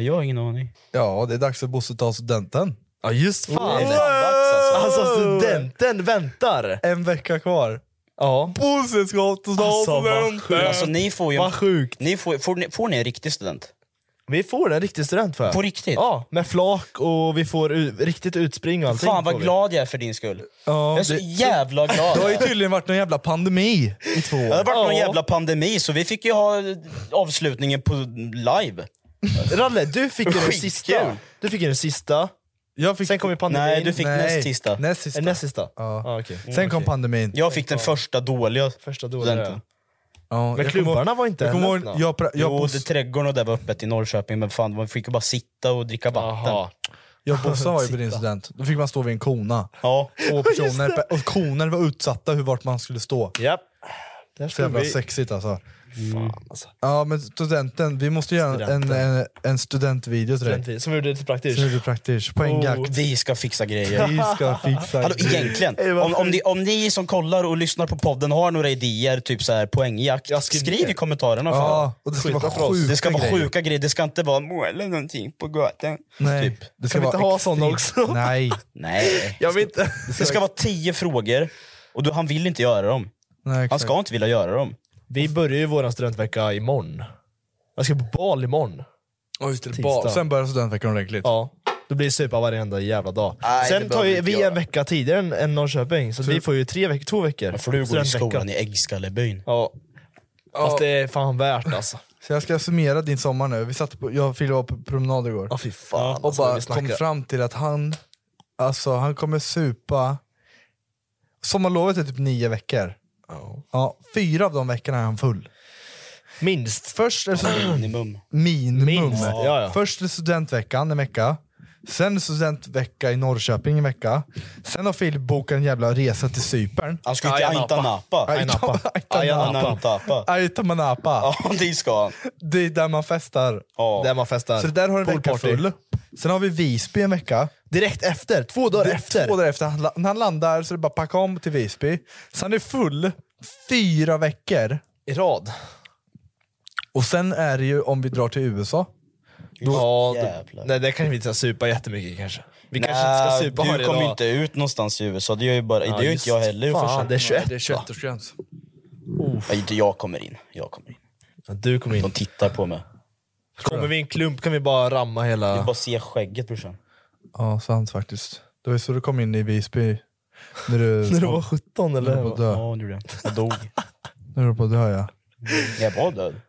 Speaker 3: Jag har ingen aning.
Speaker 5: Ja, det är dax för Bosse att ta studenten. Mm.
Speaker 6: Ja just fan.
Speaker 3: Det är fan dags, alltså.
Speaker 6: Alltså studenten väntar.
Speaker 5: En vecka kvar.
Speaker 6: Ja.
Speaker 5: Bosse ska ta
Speaker 6: Alltså vad sjukt.
Speaker 3: Alltså ni får ju...
Speaker 6: Vad sjukt.
Speaker 3: Ni får, får, ni, får ni en riktig student?
Speaker 6: Vi får en riktig student för.
Speaker 3: På riktigt?
Speaker 6: Ja, med flak och vi får u- riktigt utspring och allting.
Speaker 3: Fan
Speaker 6: får
Speaker 3: vad
Speaker 6: vi.
Speaker 3: glad jag är för din skull.
Speaker 5: Ja,
Speaker 3: Jag är så
Speaker 5: det,
Speaker 3: jävla glad.
Speaker 5: det har ju
Speaker 3: Ja,
Speaker 5: tydligen varit någon jävla pandemi i två
Speaker 3: Det har
Speaker 5: år.
Speaker 3: varit någon
Speaker 6: Ja.
Speaker 3: jävla pandemi så vi fick ju ha avslutningen på live.
Speaker 6: Ralle, du fick ju den
Speaker 3: Skitkul.
Speaker 6: sista. Du fick ju den sista.
Speaker 5: Jag fick,
Speaker 6: Sen kom ju pandemin.
Speaker 3: Nej, du fick
Speaker 5: Nej.
Speaker 3: näst sista.
Speaker 5: näst
Speaker 6: Eh,
Speaker 5: sista.
Speaker 6: Näst sista?
Speaker 5: Ja.
Speaker 6: Ah, okej.
Speaker 5: Sen kom pandemin.
Speaker 3: Jag fick den första dåliga
Speaker 6: Första
Speaker 3: studenten.
Speaker 6: dåliga.
Speaker 5: Ja,
Speaker 6: Men
Speaker 5: jag kommer ihåg-
Speaker 6: klubbarna var inte
Speaker 5: Jag kommer ihåg,
Speaker 6: öppna.
Speaker 5: jag, pra- jag,
Speaker 3: Jo,
Speaker 5: jag,
Speaker 3: det, trädgården och där var öppet i Norrköping, men fan, man fick ju bara sitta och dricka vatten.
Speaker 6: Jaha.
Speaker 5: jag Bossan var ju på din student. Då fick man stå vid en kona.
Speaker 3: Ja.
Speaker 5: Två personer, per- och koner var utsatta hur vart man skulle stå.
Speaker 6: Japp. Där
Speaker 5: Så
Speaker 6: stod
Speaker 5: jävla
Speaker 6: vi.
Speaker 5: sexigt alltså.
Speaker 6: Fan alltså.
Speaker 5: Ja men studenten, vi måste göra en, en, en studentvideo till dig.
Speaker 6: Studentvis. Som vi gjorde till
Speaker 5: Så är
Speaker 6: praktiskt.
Speaker 5: det praktiskt,
Speaker 6: Oh.
Speaker 5: poängjakt.
Speaker 3: Vi ska fixa grejer.
Speaker 5: Vi ska fixa
Speaker 3: Hallå, egentligen, om, om, ni, om ni som kollar och lyssnar på podden har några idéer, typ så här poängjakt,
Speaker 6: Jag skriver
Speaker 3: skriv i
Speaker 6: det.
Speaker 3: kommentarerna.
Speaker 5: Ja,
Speaker 3: Fan.
Speaker 5: och det ska vara
Speaker 6: för oss.
Speaker 5: sjuka
Speaker 3: Det ska vara
Speaker 5: grejer.
Speaker 3: sjuka grejer, det ska inte vara måla någonting på gatan.
Speaker 5: Nej,
Speaker 3: Typ.
Speaker 5: det ska
Speaker 6: Kan vi
Speaker 5: vara
Speaker 6: inte ha
Speaker 5: extremt-
Speaker 6: sån också?
Speaker 5: Nej.
Speaker 3: Nej.
Speaker 6: Jag vet inte.
Speaker 3: Det ska vara tio frågor, och du, han vill inte göra dem.
Speaker 5: Nej
Speaker 3: Han
Speaker 5: exakt.
Speaker 3: ska inte vilja göra dem.
Speaker 6: Vi börjar ju vår studentvecka imorgon. Jag ska på bal imorgon.
Speaker 5: Ja, just det,
Speaker 6: Tisdag.
Speaker 5: ba- Sen börjar studentveckan ordentligt.
Speaker 6: Ja. Då blir det supa varenda jävla dag.
Speaker 3: Nej, det
Speaker 6: Sen tar
Speaker 3: behöver
Speaker 6: ju
Speaker 3: vi
Speaker 6: vi
Speaker 3: inte göra.
Speaker 6: en vecka tidigare än, än Norrköping, så vi får ju tre veckor, två veckor.
Speaker 3: För du går i
Speaker 6: Studentvecka.
Speaker 3: skolan i Äggskallebyn.
Speaker 6: Ja. Fast det är fan värt alltså.
Speaker 5: Så jag ska summera din sommar nu. Vi satt på, jag och Fille var på promenad igår.
Speaker 6: Ja fy fan.
Speaker 5: och
Speaker 6: alltså,
Speaker 5: bara
Speaker 6: vi snackar.
Speaker 5: kom fram till att han, alltså han kommer supa, sommarlovet är typ nio veckor. Ja, fyra av de veckorna är han full.
Speaker 6: Minst.
Speaker 5: Först är det så-
Speaker 3: Minimum.
Speaker 5: minimum.
Speaker 6: Minst, ja, ja.
Speaker 5: Först är det studentveckan en vecka, sen är det studentvecka i Norrköping en vecka, sen har Phil bokat en jävla resa till Cypern.
Speaker 3: Han ska ju till
Speaker 6: Ayia Napa.
Speaker 3: Aita Napa.
Speaker 6: Napa.
Speaker 5: Ayia Napa.
Speaker 3: Napa.
Speaker 5: Aita Manapa.
Speaker 3: Ja, det ska han.
Speaker 5: Det är där man festar.
Speaker 3: Ja.
Speaker 6: Där man festar.
Speaker 5: Så det där har en vecka
Speaker 6: Poolparty.
Speaker 5: full. Sen har vi Visby en vecka.
Speaker 6: Direkt efter, två dagar
Speaker 5: Det är
Speaker 6: efter.
Speaker 5: Två dagar efter. Han, la- när han landar så är det bara packa om till Visby. Så han är full fyra veckor.
Speaker 6: I rad.
Speaker 5: Och sen är det ju om vi drar till USA.
Speaker 6: ja,
Speaker 3: jävlar.
Speaker 6: det, nej, det kanske vi inte ska supa jättemycket kanske. Vi kanske inte ska
Speaker 3: Nej,
Speaker 6: supa
Speaker 3: du
Speaker 6: varje
Speaker 3: kommer ju
Speaker 6: dag.
Speaker 3: inte ut någonstans i USA. Det gör ju bara, det gör ju
Speaker 6: just
Speaker 3: inte jag heller. i och för sig.
Speaker 6: Fan, det är 21.
Speaker 5: Det är 21-årsgräns.
Speaker 3: Nej, inte jag kommer in. Jag kommer in.
Speaker 6: Ja, Du kommer
Speaker 3: De
Speaker 6: in.
Speaker 3: tittar på mig.
Speaker 6: Kommer vi i en klump kan vi bara ramma hela...
Speaker 3: Jag bara ser skägget brorsan.
Speaker 5: Ja, sant faktiskt. Det var ju så du kom in i Visby. När du,
Speaker 6: När du var 17
Speaker 5: när du
Speaker 6: eller?
Speaker 5: var på att dö.
Speaker 3: Ja, nu det. Jag dog.
Speaker 5: När du var på att dö ja.
Speaker 3: Jag var död.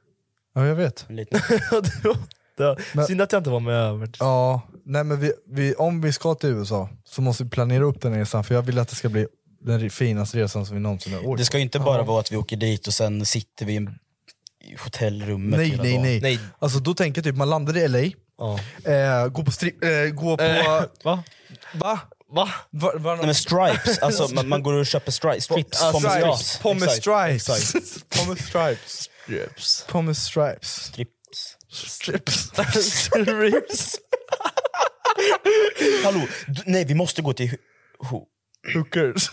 Speaker 5: Ja, jag vet.
Speaker 3: En liten-
Speaker 6: Ja, du var- dö.
Speaker 5: Men-
Speaker 6: Synd att jag inte var med över.
Speaker 5: Ja, nej men vi, vi, om vi ska till USA så måste vi planera upp den resan för jag vill att det ska bli den finaste resan som vi någonsin har
Speaker 3: Det
Speaker 5: åkt.
Speaker 3: ska ju inte bara vara att vi åker dit och sen sitter vi i en- i hotellrummet
Speaker 5: Nej,
Speaker 3: hela
Speaker 5: nej,
Speaker 3: dagen.
Speaker 5: nej,
Speaker 6: Nej.
Speaker 5: Alltså då tänker jag typ, man landar i LA,
Speaker 6: Ja.
Speaker 5: eh, går på strip... Eh, går på...
Speaker 6: Va?
Speaker 5: Va?
Speaker 6: Va?
Speaker 5: Var, var
Speaker 3: Nej men stripes, alltså man, man går och köper stri- strips,
Speaker 6: Ja,
Speaker 3: pommes
Speaker 6: stripes.
Speaker 3: strips.
Speaker 5: Pommes stripes.
Speaker 6: Exakt,
Speaker 5: Pommes stripes.
Speaker 6: Strips.
Speaker 5: Pommes stripes.
Speaker 3: Strips.
Speaker 6: Strips. Strips.
Speaker 3: Hallå, du, nej vi måste gå till hu- ho-
Speaker 5: Hookers.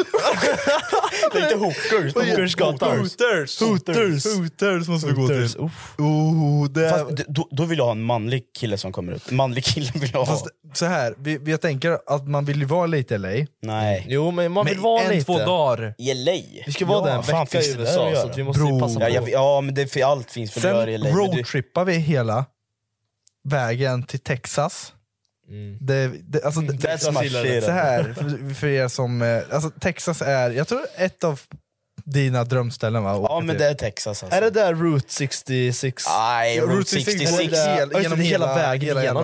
Speaker 3: Nej, inte hookers,
Speaker 6: Hookersgatan.
Speaker 5: Hooters. Hooters. Hooters måste vi gå
Speaker 6: Hooters,
Speaker 5: till. Oh, det
Speaker 3: Fast, d- Eh, då, då vill jag ha en manlig kille som kommer ut. Manlig kille vill jag ha.
Speaker 5: Fast så här, vi, vi- jag tänker att man vill ju vara lite i LA.
Speaker 3: Nej.
Speaker 6: Jo men man vill vara
Speaker 5: en,
Speaker 6: lite.
Speaker 5: två dagar.
Speaker 3: I LA?
Speaker 6: Vi ska vara där en
Speaker 3: fan,
Speaker 6: vecka
Speaker 3: finns
Speaker 6: i
Speaker 3: det där
Speaker 6: USA
Speaker 3: att
Speaker 6: så
Speaker 3: göra?
Speaker 6: att vi måste ju
Speaker 5: Bro.
Speaker 6: passa på.
Speaker 3: Ja, jag, ja men det, för allt finns för att göra i
Speaker 5: Sen
Speaker 3: LA. men du-
Speaker 5: roadtrippar vi hela vägen till Texas. Det, det, alltså, det,
Speaker 3: Texas gillar det.
Speaker 5: så här, för, för er som... eh, Alltså, Texas är, jag tror, ett av dina drömställen va? att
Speaker 3: Ja
Speaker 5: åka
Speaker 3: men
Speaker 5: till.
Speaker 3: det är Texas alltså.
Speaker 6: typ. Är det där Route 66?
Speaker 3: Nej, Route
Speaker 5: Route 66.
Speaker 3: 66.
Speaker 5: Hel-
Speaker 6: Ja, just det,
Speaker 5: genom
Speaker 6: hela
Speaker 5: hela-
Speaker 6: vägen
Speaker 5: hela-
Speaker 6: igenom.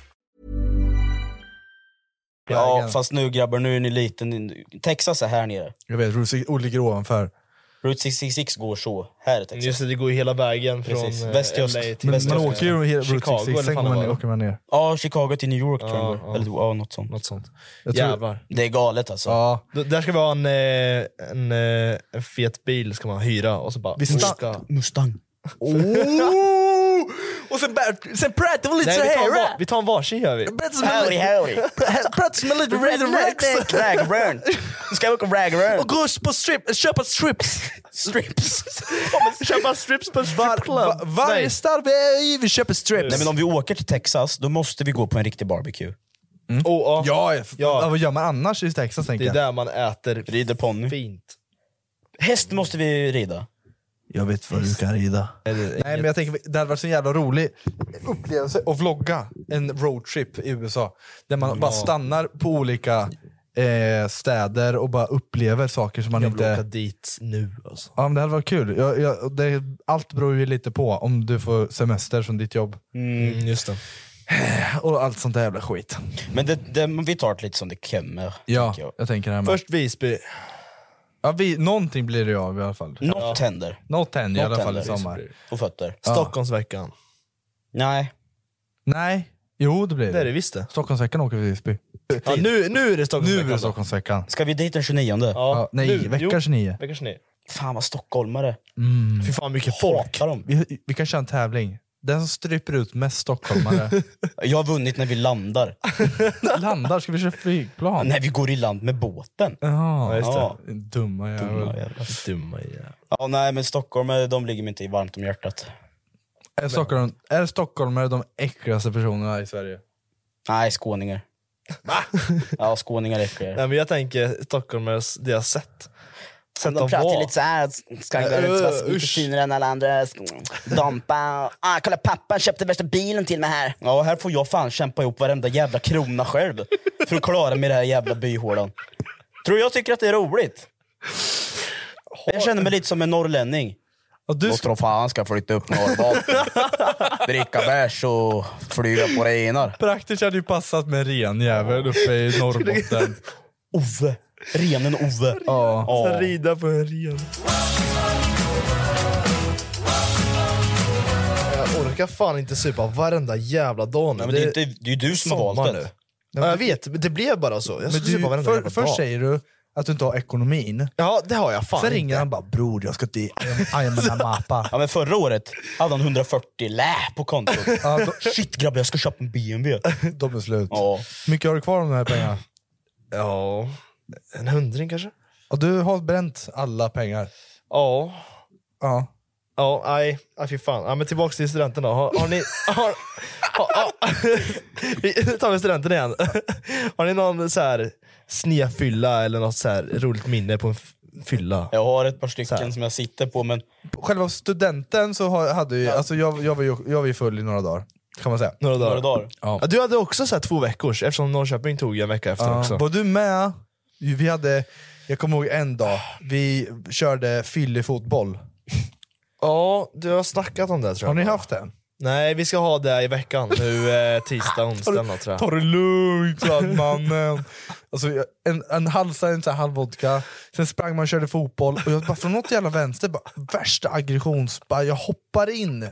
Speaker 3: Ja, fast nu grabbar, nu är ni liten. Texas är här nere.
Speaker 5: Jag vet, Route ligger ovanför.
Speaker 3: Route 666 går så. Här är Texas.
Speaker 6: Just det, det går ju hela vägen från
Speaker 3: Precis.
Speaker 6: eh,
Speaker 3: Väst till öst.
Speaker 6: LA till
Speaker 3: Men
Speaker 6: väst till
Speaker 5: Man
Speaker 6: öst.
Speaker 5: åker ju hela Route 66, sen man- åker man ner.
Speaker 3: Ja, Chicago till New York tror
Speaker 6: Ja,
Speaker 3: jag.
Speaker 6: ja.
Speaker 3: Eller ja, något sånt.
Speaker 6: Något sånt.
Speaker 5: Jag tror-
Speaker 6: Jävlar.
Speaker 3: Det är galet alltså.
Speaker 5: Ja.
Speaker 6: D- Där ska vi ha en, eh, en, eh, en fet bil ska man hyra och så bara...
Speaker 5: Vi sta-
Speaker 6: åka.
Speaker 3: Mustang.
Speaker 5: Oh! Och sen, bär- sen pratar vi lite
Speaker 6: Nej, vi, tar en
Speaker 5: såhär.
Speaker 6: var, vi tar en varsin gör vi.
Speaker 5: Pratar som en
Speaker 3: Howdy
Speaker 5: liten-
Speaker 3: howdy.
Speaker 5: pratar som en liten Red Rex.
Speaker 3: Raggarburn. Nu ska vi åka raggarburn.
Speaker 5: Och gå på strip, köpa strips.
Speaker 3: Strips.
Speaker 6: Köpa strips på en stripclub.
Speaker 5: Va, varje
Speaker 6: Nej.
Speaker 5: stad vi vi köper strips.
Speaker 3: Nej men om vi åker till Texas, då måste vi gå på en riktig barbecue.
Speaker 6: Oh, ja.
Speaker 5: Ja, f-
Speaker 6: Ja.
Speaker 5: ja, vad gör man annars i Texas tänker
Speaker 6: Det är
Speaker 5: jag?
Speaker 6: där man äter
Speaker 3: Rider ponny.
Speaker 6: fint. Mm.
Speaker 3: Häst måste vi rida.
Speaker 5: Jag vet vad du kan rida. Nej men jag tänker, det hade varit så jävla rolig upplevelse att vlogga en roadtrip i USA. Där man bara stannar på olika eh, städer och bara upplever saker som man
Speaker 6: Jag vill åka
Speaker 5: inte...
Speaker 6: dit nu alltså.
Speaker 5: Ja men det hade varit kul. Jag, jag, det, allt beror ju lite på om du får semester från ditt jobb.
Speaker 6: Mm, just det.
Speaker 5: Och allt sånt där jävla skit.
Speaker 3: Men det, det, vi tar det lite som det kommer.
Speaker 5: Ja,
Speaker 3: tänker jag.
Speaker 5: jag. tänker det här med.
Speaker 6: Först Visby.
Speaker 5: Ja, vi, någonting blir det ju av i alla fall.
Speaker 3: Något händer.
Speaker 5: Något händer i
Speaker 3: Mm. Något
Speaker 5: alla fall i
Speaker 3: händer.
Speaker 5: sommar.
Speaker 3: På fötter.
Speaker 6: Stockholmsveckan.
Speaker 3: Nej.
Speaker 5: Nej, jo det blir
Speaker 6: Det är
Speaker 5: det.
Speaker 6: det visst det.
Speaker 5: Stockholmsveckan åker vi till Visby.
Speaker 6: Ja, nu, nu är det alltså.
Speaker 5: Nu är
Speaker 6: Stockholmsveckan.
Speaker 5: det Stockholmsveckan.
Speaker 3: Ska vi dit den 29?
Speaker 5: Ja, nej, vecka 29.
Speaker 6: Vecka 29.
Speaker 3: Fan vad stockholmare.
Speaker 6: Fy fan mycket folk.
Speaker 3: Hatar dem.
Speaker 5: Vi, vi kan köra en tävling. Den som stryper ut mest stockholmare
Speaker 3: Jag har vunnit när vi landar.
Speaker 5: landar. Ska vi köra flygplan?
Speaker 3: när vi går i land med båten.
Speaker 5: Ja,
Speaker 6: just
Speaker 3: Ja.
Speaker 5: det. Dumma
Speaker 3: Dumma
Speaker 5: jävel.
Speaker 3: jävlar.
Speaker 6: Dumma jävlar.
Speaker 3: Ja, nej men Stockholm, eh, de ligger mig inte i varmt om hjärtat.
Speaker 5: Är, Stockholm, är stockholmare de äckligaste personerna i Sverige?
Speaker 3: Nej, skåningar. Va? Ja, skåningar är äckligare.
Speaker 6: Nej men jag tänker stockholmares, deras sätt. Sätt
Speaker 3: De
Speaker 6: att
Speaker 3: pratar
Speaker 6: vara.
Speaker 3: lite såhär, ska
Speaker 6: Ja,
Speaker 3: jag inte vara
Speaker 6: usch.
Speaker 3: lite finare än alla andra, dampa. Ah, kolla pappa köpte värsta bilen till mig här. Ja, här får jag fan kämpa ihop varenda jävla krona själv för att klara mig i den här jävla byhålan. Tror jag tycker att det är roligt. Jag känner mig lite som en norrlänning.
Speaker 5: Och du,
Speaker 3: tror fan ska flytta upp Norrbotten. Dricka bärs och flyga på renar.
Speaker 5: praktiskt hade ju passat med en ren jävel uppe i Norrbotten.
Speaker 3: Ove. Renen Ove.
Speaker 5: Ja.
Speaker 3: Ja.
Speaker 6: Rida på en ren. Jag orkar fan inte supa varenda jävla dag nu.
Speaker 3: Men det är ju inte- det är ju du som har
Speaker 6: sommar
Speaker 3: valt
Speaker 6: nu.
Speaker 3: det.
Speaker 6: Ja, jag vet, det blev bara så. Jag
Speaker 5: Men
Speaker 6: ska
Speaker 5: du,
Speaker 6: supa varenda
Speaker 5: för,
Speaker 6: jävla
Speaker 5: först
Speaker 6: dag.
Speaker 5: säger du att du inte har ekonomin.
Speaker 6: Ja, det har jag fan
Speaker 5: Sen ringer
Speaker 6: inte.
Speaker 5: han bara “bror, jag ska till Ayamana
Speaker 3: Ja, men förra året hade han 140 lä på kontot. Shit grabbar, jag ska köpa en BMW.
Speaker 5: De är slut.
Speaker 3: Ja.
Speaker 5: Hur mycket har du kvar av de här pengarna?
Speaker 6: Ja, en hundring kanske?
Speaker 5: Och du har bränt alla pengar.
Speaker 6: Ja.
Speaker 5: Ja.
Speaker 6: Ja, nej. Ja, fy fan. Ja, men tillbaks till studenten då. Har, har ni... Har, har, har, Vi- nu tar vi studenten igen. Har ni någon så här snefylla eller något så här roligt minne på en f- fylla?
Speaker 3: Jag har ett par
Speaker 6: Så här.
Speaker 3: stycken som jag sitter på, men
Speaker 5: Själva studenten så har- hade ju, alltså jag, jag, var ju, jag var ju full i några dagar. Kan man säga.
Speaker 6: Några dagar.
Speaker 3: några dagar.
Speaker 5: Ja.
Speaker 6: Ja, du hade också så här två veckors, eftersom Norrköping tog en vecka efter
Speaker 5: Ja.
Speaker 6: också.
Speaker 5: Var du med? Vi hade, jag kommer ihåg en dag, vi körde fyllig fotboll.
Speaker 6: Ja, du har snackat om det tror jag.
Speaker 5: Har ni haft det?
Speaker 6: Nej, vi ska ha det i veckan. Nu eh, tisdag, onsdag något, tror jag.
Speaker 5: Ta det lugnt sa han, mannen. Alltså, jag- en, en halv science, en halv vodka, sen sprang man och körde fotboll och jag bara från något jävla vänster, bara, värsta aggressions... Bara, jag hoppar in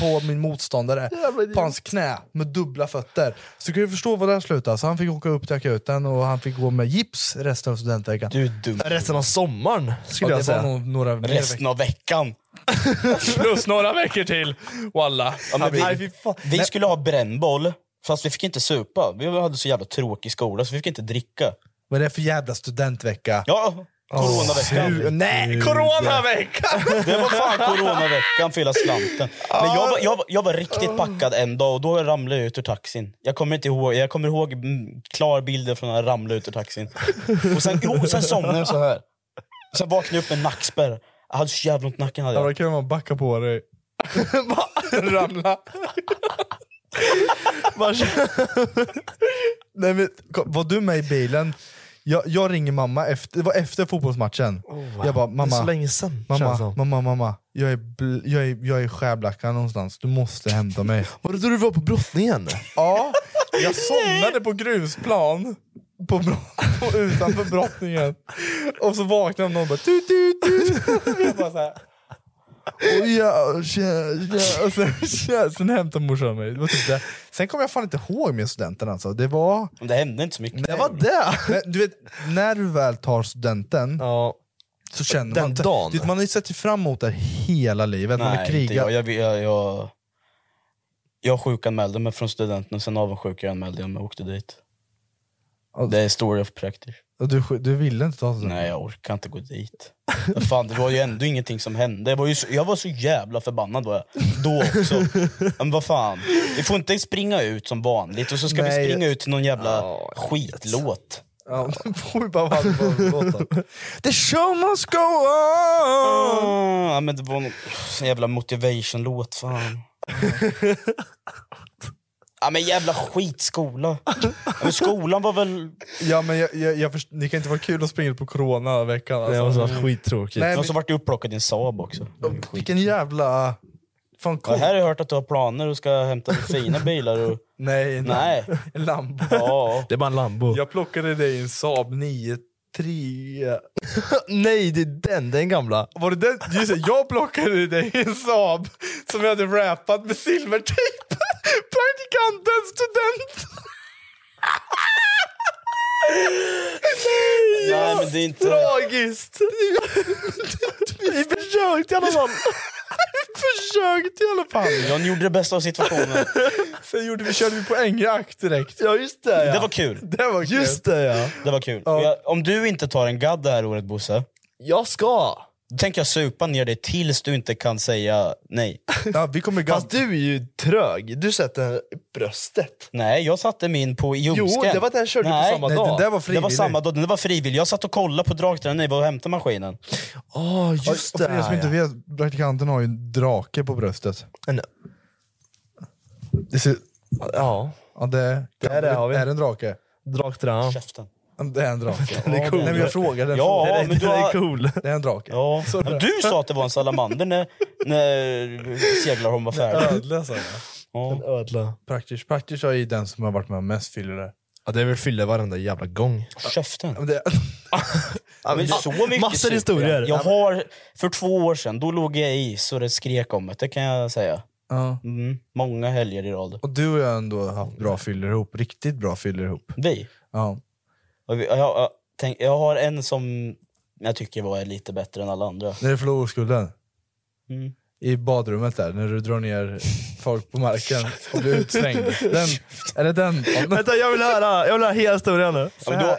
Speaker 5: på min motståndare, på hans knä med dubbla fötter. Så kan du förstå vad det här slutade. Så han fick åka upp till akuten och han fick gå med gips resten av studentveckan.
Speaker 3: Du är dum.
Speaker 6: Resten av sommaren skulle
Speaker 5: Ja,
Speaker 6: jag
Speaker 5: det var
Speaker 6: säga.
Speaker 5: nog några mer
Speaker 3: Resten av veckan.
Speaker 6: Plus några veckor till. Walla.
Speaker 3: Ja, men
Speaker 6: Nej,
Speaker 3: vi,
Speaker 6: fy fan.
Speaker 3: vi skulle ha brännboll, fast vi fick inte supa. Vi hade så jävla tråkig skola så vi fick inte dricka.
Speaker 5: Vad är det för jävla studentvecka?
Speaker 3: Ja, coronaveckan.
Speaker 5: Sur- Nej,
Speaker 6: Coronaveckan!
Speaker 3: Det var fan coronaveckan för hela slanten. Men jag, var, jag, var, jag var
Speaker 6: Ah.
Speaker 3: riktigt packad en dag och då ramlade jag ut ur taxin. Jag kommer, inte ihåg, jag kommer ihåg mm, klar bilden från när jag ramlade ut ur taxin. Och sen, jo, och sen somnade jag så här. Sen vaknade jag upp med nackspärr. Jag hade så jävla ont i nacken. Hade
Speaker 5: Ja,
Speaker 3: jag.
Speaker 5: då kan man backa på dig. Bara ramla. Nej, men, kom, var du med i bilen? Jag, jag ringer mamma, efter, det var efter fotbollsmatchen. Jag bara,
Speaker 6: Oh, Det är så
Speaker 5: mamma,
Speaker 6: länge sedan, känns det
Speaker 5: mamma,
Speaker 6: som.
Speaker 5: mamma, mamma. Jag är, bl- jag är, jag är skärblacka någonstans, du måste hämta mig.
Speaker 6: Var det då du var på brottningen?
Speaker 5: ja, jag somnade på grusplan. På bro- utanför brottningen. Och så vaknade någon och bara tut tut tut. Jag bara så här. Och ja, tja, tja. Och sen, tja, sen hämtade morsan mig. Det var typ det. Sen kommer jag fan inte ihåg med studenten alltså. Det var...
Speaker 3: Men Det hände inte så mycket.
Speaker 6: Det var det!
Speaker 5: Men, du vet, när du väl tar studenten
Speaker 6: Ja.
Speaker 5: så känner
Speaker 6: Den
Speaker 5: man...
Speaker 6: dagen.
Speaker 5: Du vet, man har ju sett fram emot det hela livet. man har
Speaker 3: Nej, inte jag.
Speaker 5: krigat.
Speaker 3: Jag, jag, jag, jag sjukanmälde mig från studenten, sen avundsjukanmälde jag mig och åkte dit. Det är story of practice.
Speaker 5: Och Du, du ville inte ta studenten?
Speaker 3: Nej, jag orkar inte gå dit. Men fan, det var ju ändå ingenting som hände. Jag var, ju så, jag var så jävla förbannad var jag. då också. Ja, Men vad fan, vi får inte springa ut som vanligt och så ska
Speaker 5: Nej.
Speaker 3: vi springa ut till någon jävla skitlåt.
Speaker 5: Ja, då får vi bara vara på låten. The show must go on!
Speaker 3: Ah, ja, men det var någon sån jävla motivation-låt, fan. Ja men jävla skitskola. Ja, men skolan var väl...
Speaker 5: Ja, men jag, jag, jag först- det kan inte vara kul att springa ut på corona veckan.
Speaker 6: Det
Speaker 5: Alltså.
Speaker 6: måste ha varit skittråkigt.
Speaker 5: Nej,
Speaker 3: De som vart upplockade i en Saab också.
Speaker 5: Vilken jävla... Fan,
Speaker 3: Ja,
Speaker 5: cool.
Speaker 3: här har jag hört att du har planer och ska hämta fina bilar och...
Speaker 5: Nej,
Speaker 3: Nej.
Speaker 5: En Lambo.
Speaker 3: Ja.
Speaker 6: Det är bara en Lambo.
Speaker 5: Jag plockade dig i en Saab 9 3.
Speaker 6: Nej, det är den, den gamla.
Speaker 5: Var det den? Just det, jag plockade dig i en Saab som jag hade wrappat med silvertejp. Praktikanten, student.
Speaker 3: Nej men det är inte...
Speaker 5: Tragiskt! Vi försökte i alla fall. Vi försökte i alla fall.
Speaker 3: John gjorde det bästa av situationen.
Speaker 5: Sen gjorde vi, körde vi poängjakt direkt.
Speaker 6: Ja, just det ja.
Speaker 3: Det var kul.
Speaker 5: Det var kul.
Speaker 6: Just det ja.
Speaker 3: Det var kul. Jag, om du inte tar en gadd det här året Bosse,
Speaker 6: Jag ska.
Speaker 3: då tänker jag supa ner dig tills du inte kan säga nej.
Speaker 5: Ja, vi kommer igång.
Speaker 6: Fast du är ju trög. Du sätter i bröstet.
Speaker 3: Nej, jag satte min på i ljumsken.
Speaker 6: Jo, det var den jag körde på
Speaker 3: nej,
Speaker 6: samma
Speaker 5: Nej,
Speaker 6: dag.
Speaker 5: den där var
Speaker 3: Det
Speaker 5: frivillig.
Speaker 3: var samma dag, den var frivillig. Jag satt och kollade på dragtränaren och hämtade maskinen.
Speaker 6: Åh, just
Speaker 5: och för er
Speaker 6: det.
Speaker 5: som inte
Speaker 6: ja.
Speaker 5: vet, praktikanten har ju en drake på bröstet.
Speaker 6: En-
Speaker 5: Det ser,
Speaker 6: Ja,
Speaker 5: ja, det,
Speaker 6: Det är det, har vi.
Speaker 5: Är det en drake?
Speaker 6: draktränaren.
Speaker 3: Käften.
Speaker 5: Det är en drake.
Speaker 6: Den är cool.
Speaker 5: Nej, men jag frågade.
Speaker 3: Ja,
Speaker 5: Ja.
Speaker 3: men du
Speaker 6: Den är
Speaker 3: har...
Speaker 6: cool.
Speaker 5: Det är en drake.
Speaker 3: Ja. Men du sa att det var en salamander när, när seglarhon var färdig.
Speaker 5: Ödla sa jag.
Speaker 3: Ja.
Speaker 6: Ödla.
Speaker 5: Praktiskt. Praktiskt är ju den som har varit med om mest fyller det.
Speaker 6: Ja, det är väl fylla varenda jävla gång.
Speaker 3: Käften.
Speaker 5: Men det
Speaker 3: Ja, men så mycket
Speaker 6: massor
Speaker 3: super.
Speaker 6: historier.
Speaker 3: Jag har, för två år sedan, då låg jag i så det skrek om det, det kan jag säga.
Speaker 5: ja.
Speaker 3: Mm, många helger i rad.
Speaker 5: Och du och jag har ändå haft bra fyller ihop. Riktigt bra fyller ihop.
Speaker 3: Vi.
Speaker 5: Ja.
Speaker 3: Och vi- Jag, jag, tänk, jag har en som jag tycker var lite bättre än alla andra.
Speaker 5: När du förlorar oskulden.
Speaker 3: Mm.
Speaker 5: I badrummet där, när du drar ner folk på marken och blir utslängd. Den, är det den?
Speaker 6: Vänta, jag vill höra, jag vill höra hela historien nu.
Speaker 3: Ja, men då,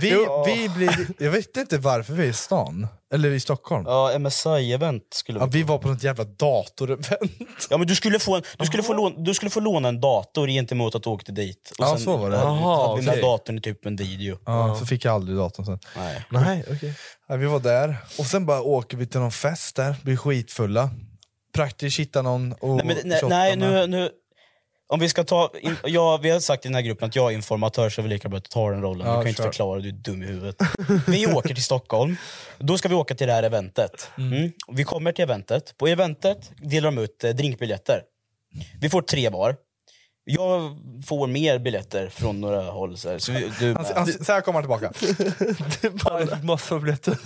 Speaker 5: Vi, vi blir, jag vet inte varför vi är i stan, eller i Stockholm.
Speaker 3: ja, MSI-event skulle
Speaker 5: Ja,
Speaker 3: vi...
Speaker 5: vi var på något jävla datorevent.
Speaker 3: Ja, men du skulle, få en, du, skulle få låna, du skulle få låna en dator gentemot att du åkte dit. Och
Speaker 5: Ja, så var det.
Speaker 3: Hade,
Speaker 6: Jaha,
Speaker 3: hade vi med
Speaker 6: okej.
Speaker 3: datorn i typ en video.
Speaker 5: Ja, så fick jag aldrig datorn sen.
Speaker 3: Nej.
Speaker 6: Nej, okej.
Speaker 5: Ja, vi var där, och sen bara åker vi till någon fest där, blir skitfulla. Praktiskt hittar någon och
Speaker 3: Nej, men, nej,
Speaker 5: shottar
Speaker 3: nej
Speaker 5: med.
Speaker 3: nu, nu... Om vi ska ta... In, ja, vi har sagt i den här gruppen att jag är informatör så är vi lika bra att ta den rollen.
Speaker 5: Ja,
Speaker 3: du kan ju inte
Speaker 5: kör.
Speaker 3: förklara, du är dum i huvudet. vi åker till Stockholm. Då ska vi åka till det här Mm. eventet. Mm. Vi kommer till eventet. På eventet delar de ut eh, drinkbiljetter. Vi får tre var. Jag får mer biljetter från några håll. Så här, så vi- du,
Speaker 5: Han, han, så här kommer han tillbaka.
Speaker 4: Massor av biljetter.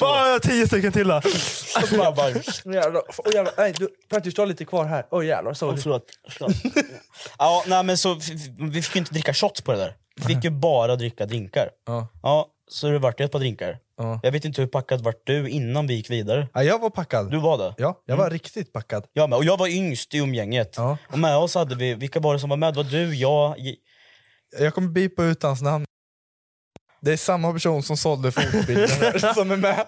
Speaker 6: Bara tio stycken till där.
Speaker 4: Åh jävlar, åh jävlar. Nej, du, Patrik, du har lite kvar här. Åh jävlar, sorry.
Speaker 3: förlåt. ja, nej, men så, f- f- vi fick ju inte dricka shots på det där. Vi fick ju bara dricka drinkar.
Speaker 5: Ja.
Speaker 3: Ja, så det vart ju ett par drinkar.
Speaker 5: Ja.
Speaker 3: Jag vet inte hur packad vart du innan vi gick vidare?
Speaker 5: Ja, jag var packad.
Speaker 3: Du var det?
Speaker 5: Ja, jag var
Speaker 4: Mm.
Speaker 5: riktigt packad.
Speaker 3: Jag med, och jag var yngst i umgänget. Och med oss hade vi, vilka var det som var med? Det var du, jag... J-
Speaker 5: Jag kommer bipa ut hans namn. Det är samma person som sålde fotbilderna som är med.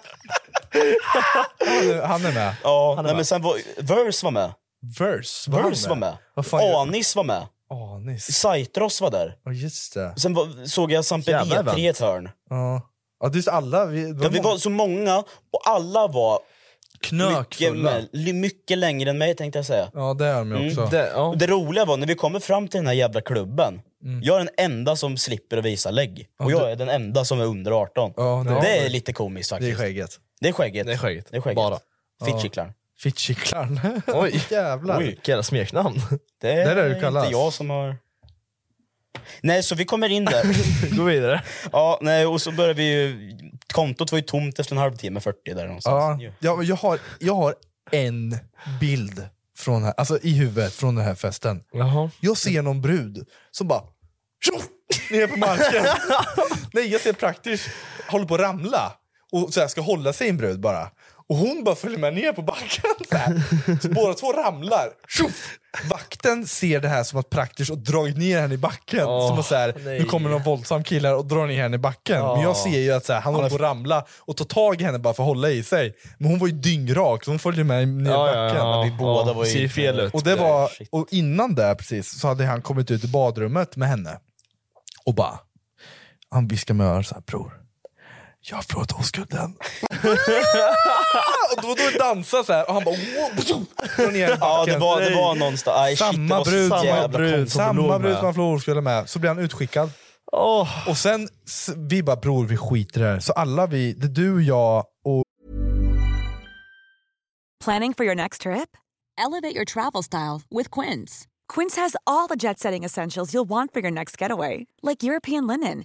Speaker 5: Han är, han är med.
Speaker 3: Ja,
Speaker 5: Han är
Speaker 3: nej,
Speaker 5: med.
Speaker 3: men sen var, Verse var med.
Speaker 5: Verse var,
Speaker 3: Verse var
Speaker 5: han
Speaker 3: med.
Speaker 5: Vad fan gör-
Speaker 3: Anis var med.
Speaker 5: Anis.
Speaker 3: Saitros var där.
Speaker 5: Ja, just det.
Speaker 3: Sen var, såg jag Sampe
Speaker 5: Jävla
Speaker 3: V3 i ett
Speaker 5: event.
Speaker 3: hörn.
Speaker 5: Ja. Ja, det är så alla. Vi, det var
Speaker 3: Ja, vi
Speaker 5: många-
Speaker 3: var så många och alla var mycket,
Speaker 5: Knökfulla.
Speaker 3: med, li- mycket längre än mig tänkte jag säga.
Speaker 5: Ja, det är de ju också.
Speaker 3: Mm. Det, och det roliga var när vi kommer fram till den här jävla klubben.
Speaker 5: Mm.
Speaker 3: Jag är den enda som slipper att visa lägg. Och jag är den enda som är under 18.
Speaker 5: Ja,
Speaker 3: det,
Speaker 5: det-
Speaker 3: är lite komiskt
Speaker 5: Det är
Speaker 3: faktiskt.
Speaker 5: skägget.
Speaker 3: Det är skägget.
Speaker 6: Det är skägget.
Speaker 3: Det är skägget.
Speaker 6: Bara.
Speaker 3: Fittkittlaren.
Speaker 5: Fittkittlaren.
Speaker 6: Oj.
Speaker 5: Jävlar.
Speaker 6: Oj, jävla smeknamn.
Speaker 3: Det är,
Speaker 5: Det är det du
Speaker 3: inte
Speaker 5: kallas.
Speaker 3: jag som har... Nej, så vi kommer in där.
Speaker 6: Gå vidare.
Speaker 3: ja, nej, och så börjar vi ju... Kontot var ju tomt efter en halvtimme, 40 där
Speaker 5: Ja,
Speaker 3: någonstans.
Speaker 5: jag, jag, har, jag har en bild från här, alltså i huvudet från den här festen.
Speaker 6: Jaha.
Speaker 5: Jag ser någon brud som bara tjoff, ner på marken. Nej, jag ser praktiskt håller på att ramla och så här, ska hålla sig i en brud bara. Och hon bara följer med ner på backen. Så, här. så båda två ramlar. Tjoff! Vakten ser det här som att praktiskt och dragit ner henne i backen.
Speaker 6: Åh,
Speaker 5: som att så här,
Speaker 6: nej.
Speaker 5: nu kommer någon våldsam kille här och drar ner henne i backen. Men jag ser ju att så här, han håller på att ramla och tar tag i henne bara för att hålla i sig. Men hon var ju dyngrak så hon följde med ner i
Speaker 6: Ja, ja,
Speaker 5: backen.
Speaker 6: ja.
Speaker 5: Vi båda
Speaker 6: ja,
Speaker 3: var ju-
Speaker 6: ser ju fel ut.
Speaker 5: och, det var, och innan det precis så hade han kommit ut i badrummet med henne och bara, han viskar med örat så här, bror, jag har förlorat oskulden. och då, då dansar så här och han bara, wow, drar ner i
Speaker 3: Ja,
Speaker 5: backen.
Speaker 3: det var, det var någonstans... Aj, shit, det
Speaker 5: Samma
Speaker 3: var så
Speaker 5: brud,
Speaker 3: jävla
Speaker 5: samma brud,
Speaker 3: konstigt.
Speaker 5: samma
Speaker 6: låg
Speaker 5: brud
Speaker 6: med.
Speaker 5: som han förlorade oskulden med. Så blir han utskickad. Och sen, s- vi bara bror vi skiter i det här. Så alla vi, det är du, jag och
Speaker 9: Planning for your next trip? Elevate your travel style with Quince. Quince has all the jet setting essentials you'll want for your next getaway, like European linen,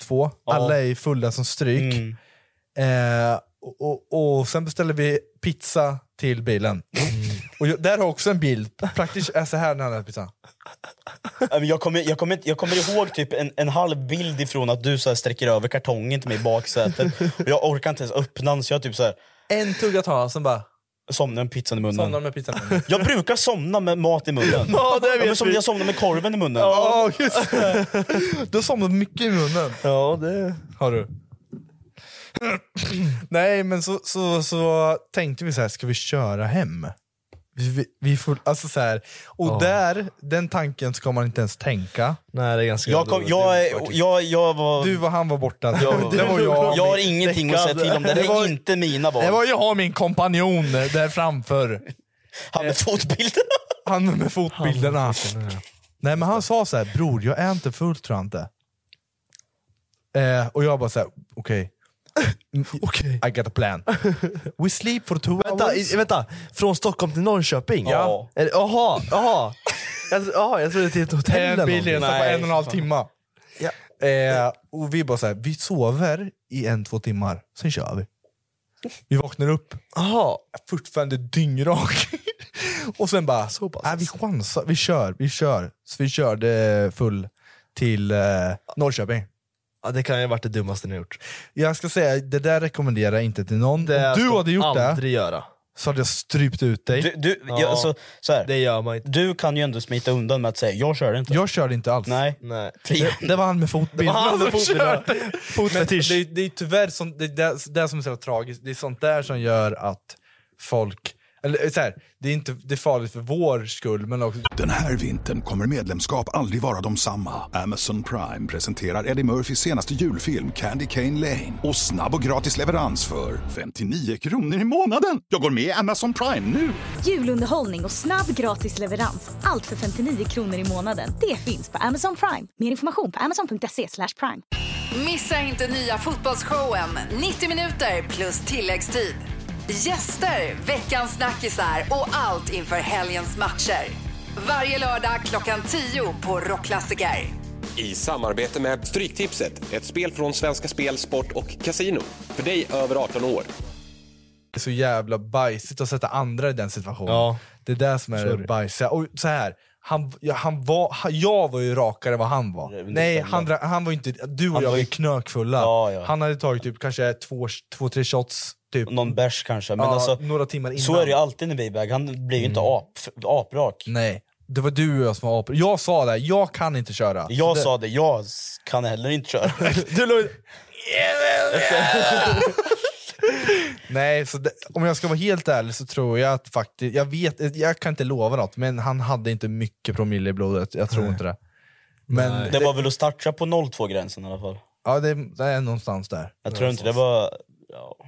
Speaker 5: 02, alla är fulla som stryk.
Speaker 3: Mm.
Speaker 5: Eh, och, och, och sen beställer vi pizza till bilen.
Speaker 6: Mm.
Speaker 5: Och jag, där har jag också en bild. Praktiskt är så här när han äter pizza.
Speaker 3: Ja, men Jag kommer, jag, kommer, inte- jag kommer ihåg typ en, en halv bild ifrån att du så här sträcker över kartongen till mig i baksätet. Och jag orkar inte ens öppna den så jag typ så här,
Speaker 5: En tugga tar han, sen bara
Speaker 3: somnar med pizzan i munnen.
Speaker 5: somnar med pizzan.
Speaker 3: Jag brukar somna med mat i munnen.
Speaker 6: Ja, det
Speaker 3: men
Speaker 6: vet
Speaker 3: som
Speaker 6: vi.
Speaker 3: jag somnar med korven i munnen.
Speaker 5: Ja, just det. Du har somnat mycket i munnen.
Speaker 6: Ja, det...
Speaker 5: Har du? Nej, men så, så, så tänkte vi så här, ska vi köra hem? Vi, vi, vi får, alltså så här, och där, den tanken ska man inte ens tänka.
Speaker 6: Nej, det är ganska...
Speaker 3: Jag, kom, jag, jag, jag, jag var...
Speaker 5: Du var han var borta.
Speaker 6: Jag-
Speaker 5: det var jag.
Speaker 3: jag har ingenting att säga till om. Det,
Speaker 5: Det
Speaker 3: här
Speaker 5: var-
Speaker 3: är inte mina val.
Speaker 5: Det var jag och min kompanjon där framför.
Speaker 3: Han med fotbilden.
Speaker 5: Han med fotbilderna. Nej men han sa så här, bror jag är inte full tror jag inte. Eh, och jag bara så här, okej.
Speaker 6: Okej.
Speaker 5: I got a plan. We sleep for two
Speaker 6: Vänta,
Speaker 5: hours.
Speaker 6: i, vänta, fråån Stockholm till Norrköping?
Speaker 3: Ja.
Speaker 6: Är det- Jaha, jaha. Jag, tro- jaha, jag trodde till ett hotell eller
Speaker 5: en bilresa
Speaker 6: någonting.
Speaker 5: på
Speaker 3: Nej,
Speaker 5: en och en halv
Speaker 3: fan.
Speaker 5: timme. Eh, och vi bara så här, vi sover i en, två timmar, sen kör vi. Vi vaknar upp, ah,
Speaker 6: Jaha.
Speaker 5: fortfarande dyngrak. och sen bara, så pass. Nej, vi chansar, vi kör, vi kör. Så vi körde full till eh, Norrköping.
Speaker 6: Ja, det kan ju ha varit det dummaste ni gjort.
Speaker 5: Jag ska säga, det där rekommenderar jag inte till någon.
Speaker 6: Det
Speaker 5: Om du
Speaker 6: ska
Speaker 5: hade gjort det
Speaker 6: aldrig göra.
Speaker 5: så hade jag strypt ut dig.
Speaker 3: Du, du, jag,
Speaker 6: Ja.
Speaker 3: alltså, så här,
Speaker 6: Det gör man inte.
Speaker 3: du kan ju ändå smita undan med att säga jag kör inte.
Speaker 5: Jag körde inte alls.
Speaker 3: Nej.
Speaker 6: Nej.
Speaker 5: Det, det var han med Alltså, fotbilden.
Speaker 6: Han som körde.
Speaker 5: Men det,
Speaker 6: Fotfetisch.
Speaker 5: är- det är tyvärr sånt, det, är det, det som är så tragiskt, det är sånt där som gör att folk... Eller eh, så här, det är inte det är farligt för vår skull, men också...
Speaker 1: Den här vintern kommer medlemskap aldrig vara de samma. Amazon Prime presenterar Eddie Murphys senaste julfilm Candy Cane Lane. Och snabb och gratis leverans för 59 kronor i månaden. Jag går med i Amazon Prime nu!
Speaker 2: Julunderhållning och snabb gratis leverans. Allt för 59 kronor i månaden. Det finns på Amazon Prime. Mer information på amazon.se slash prime.
Speaker 7: Missa inte nya fotbollsshowen 90 minuter plus tilläggstid. Gäster, veckans snackisar och allt inför helgens matcher. Varje lördag klockan 10 på Rockklassiker.
Speaker 8: I samarbete med Stryktipset, ett spel från Svenska Spel, Sport och Casino. För dig över 18 år.
Speaker 5: Det är så jävla bajsigt att sätta andra i den situationen.
Speaker 6: Ja.
Speaker 5: Det är det som är
Speaker 6: Sorry.
Speaker 5: det bajsiga. Och så här, han, ja, han var, han, jag var ju rakare än vad han var. Nej, han, dra- han var inte... Du och jag var ju knökfulla. Han hade tagit typ kanske två, två tre shots. Typ.
Speaker 3: Någon bärs kanske. Men
Speaker 5: Ja,
Speaker 3: alltså,
Speaker 5: några timmar innan.
Speaker 3: Så är det ju alltid när vi är iväg. Han blir ju
Speaker 5: Mm.
Speaker 3: inte ap, aprak.
Speaker 5: Nej, det var du och jag som var apor. Jag sa det, jag kan inte köra.
Speaker 3: Jag
Speaker 5: det,
Speaker 3: sa det, jag s- kan heller inte köra.
Speaker 5: Du låg... Nej, så det, om jag ska vara helt ärlig så tror jag att faktiskt... Jag vet, jag kan inte lova något, men han hade inte mycket promille i blodet. Jag tror inte det. Men
Speaker 3: det var väl att starta på 0-2-gränsen i alla fall.
Speaker 5: Ja, det, det är någonstans där.
Speaker 3: Jag tror inte det var...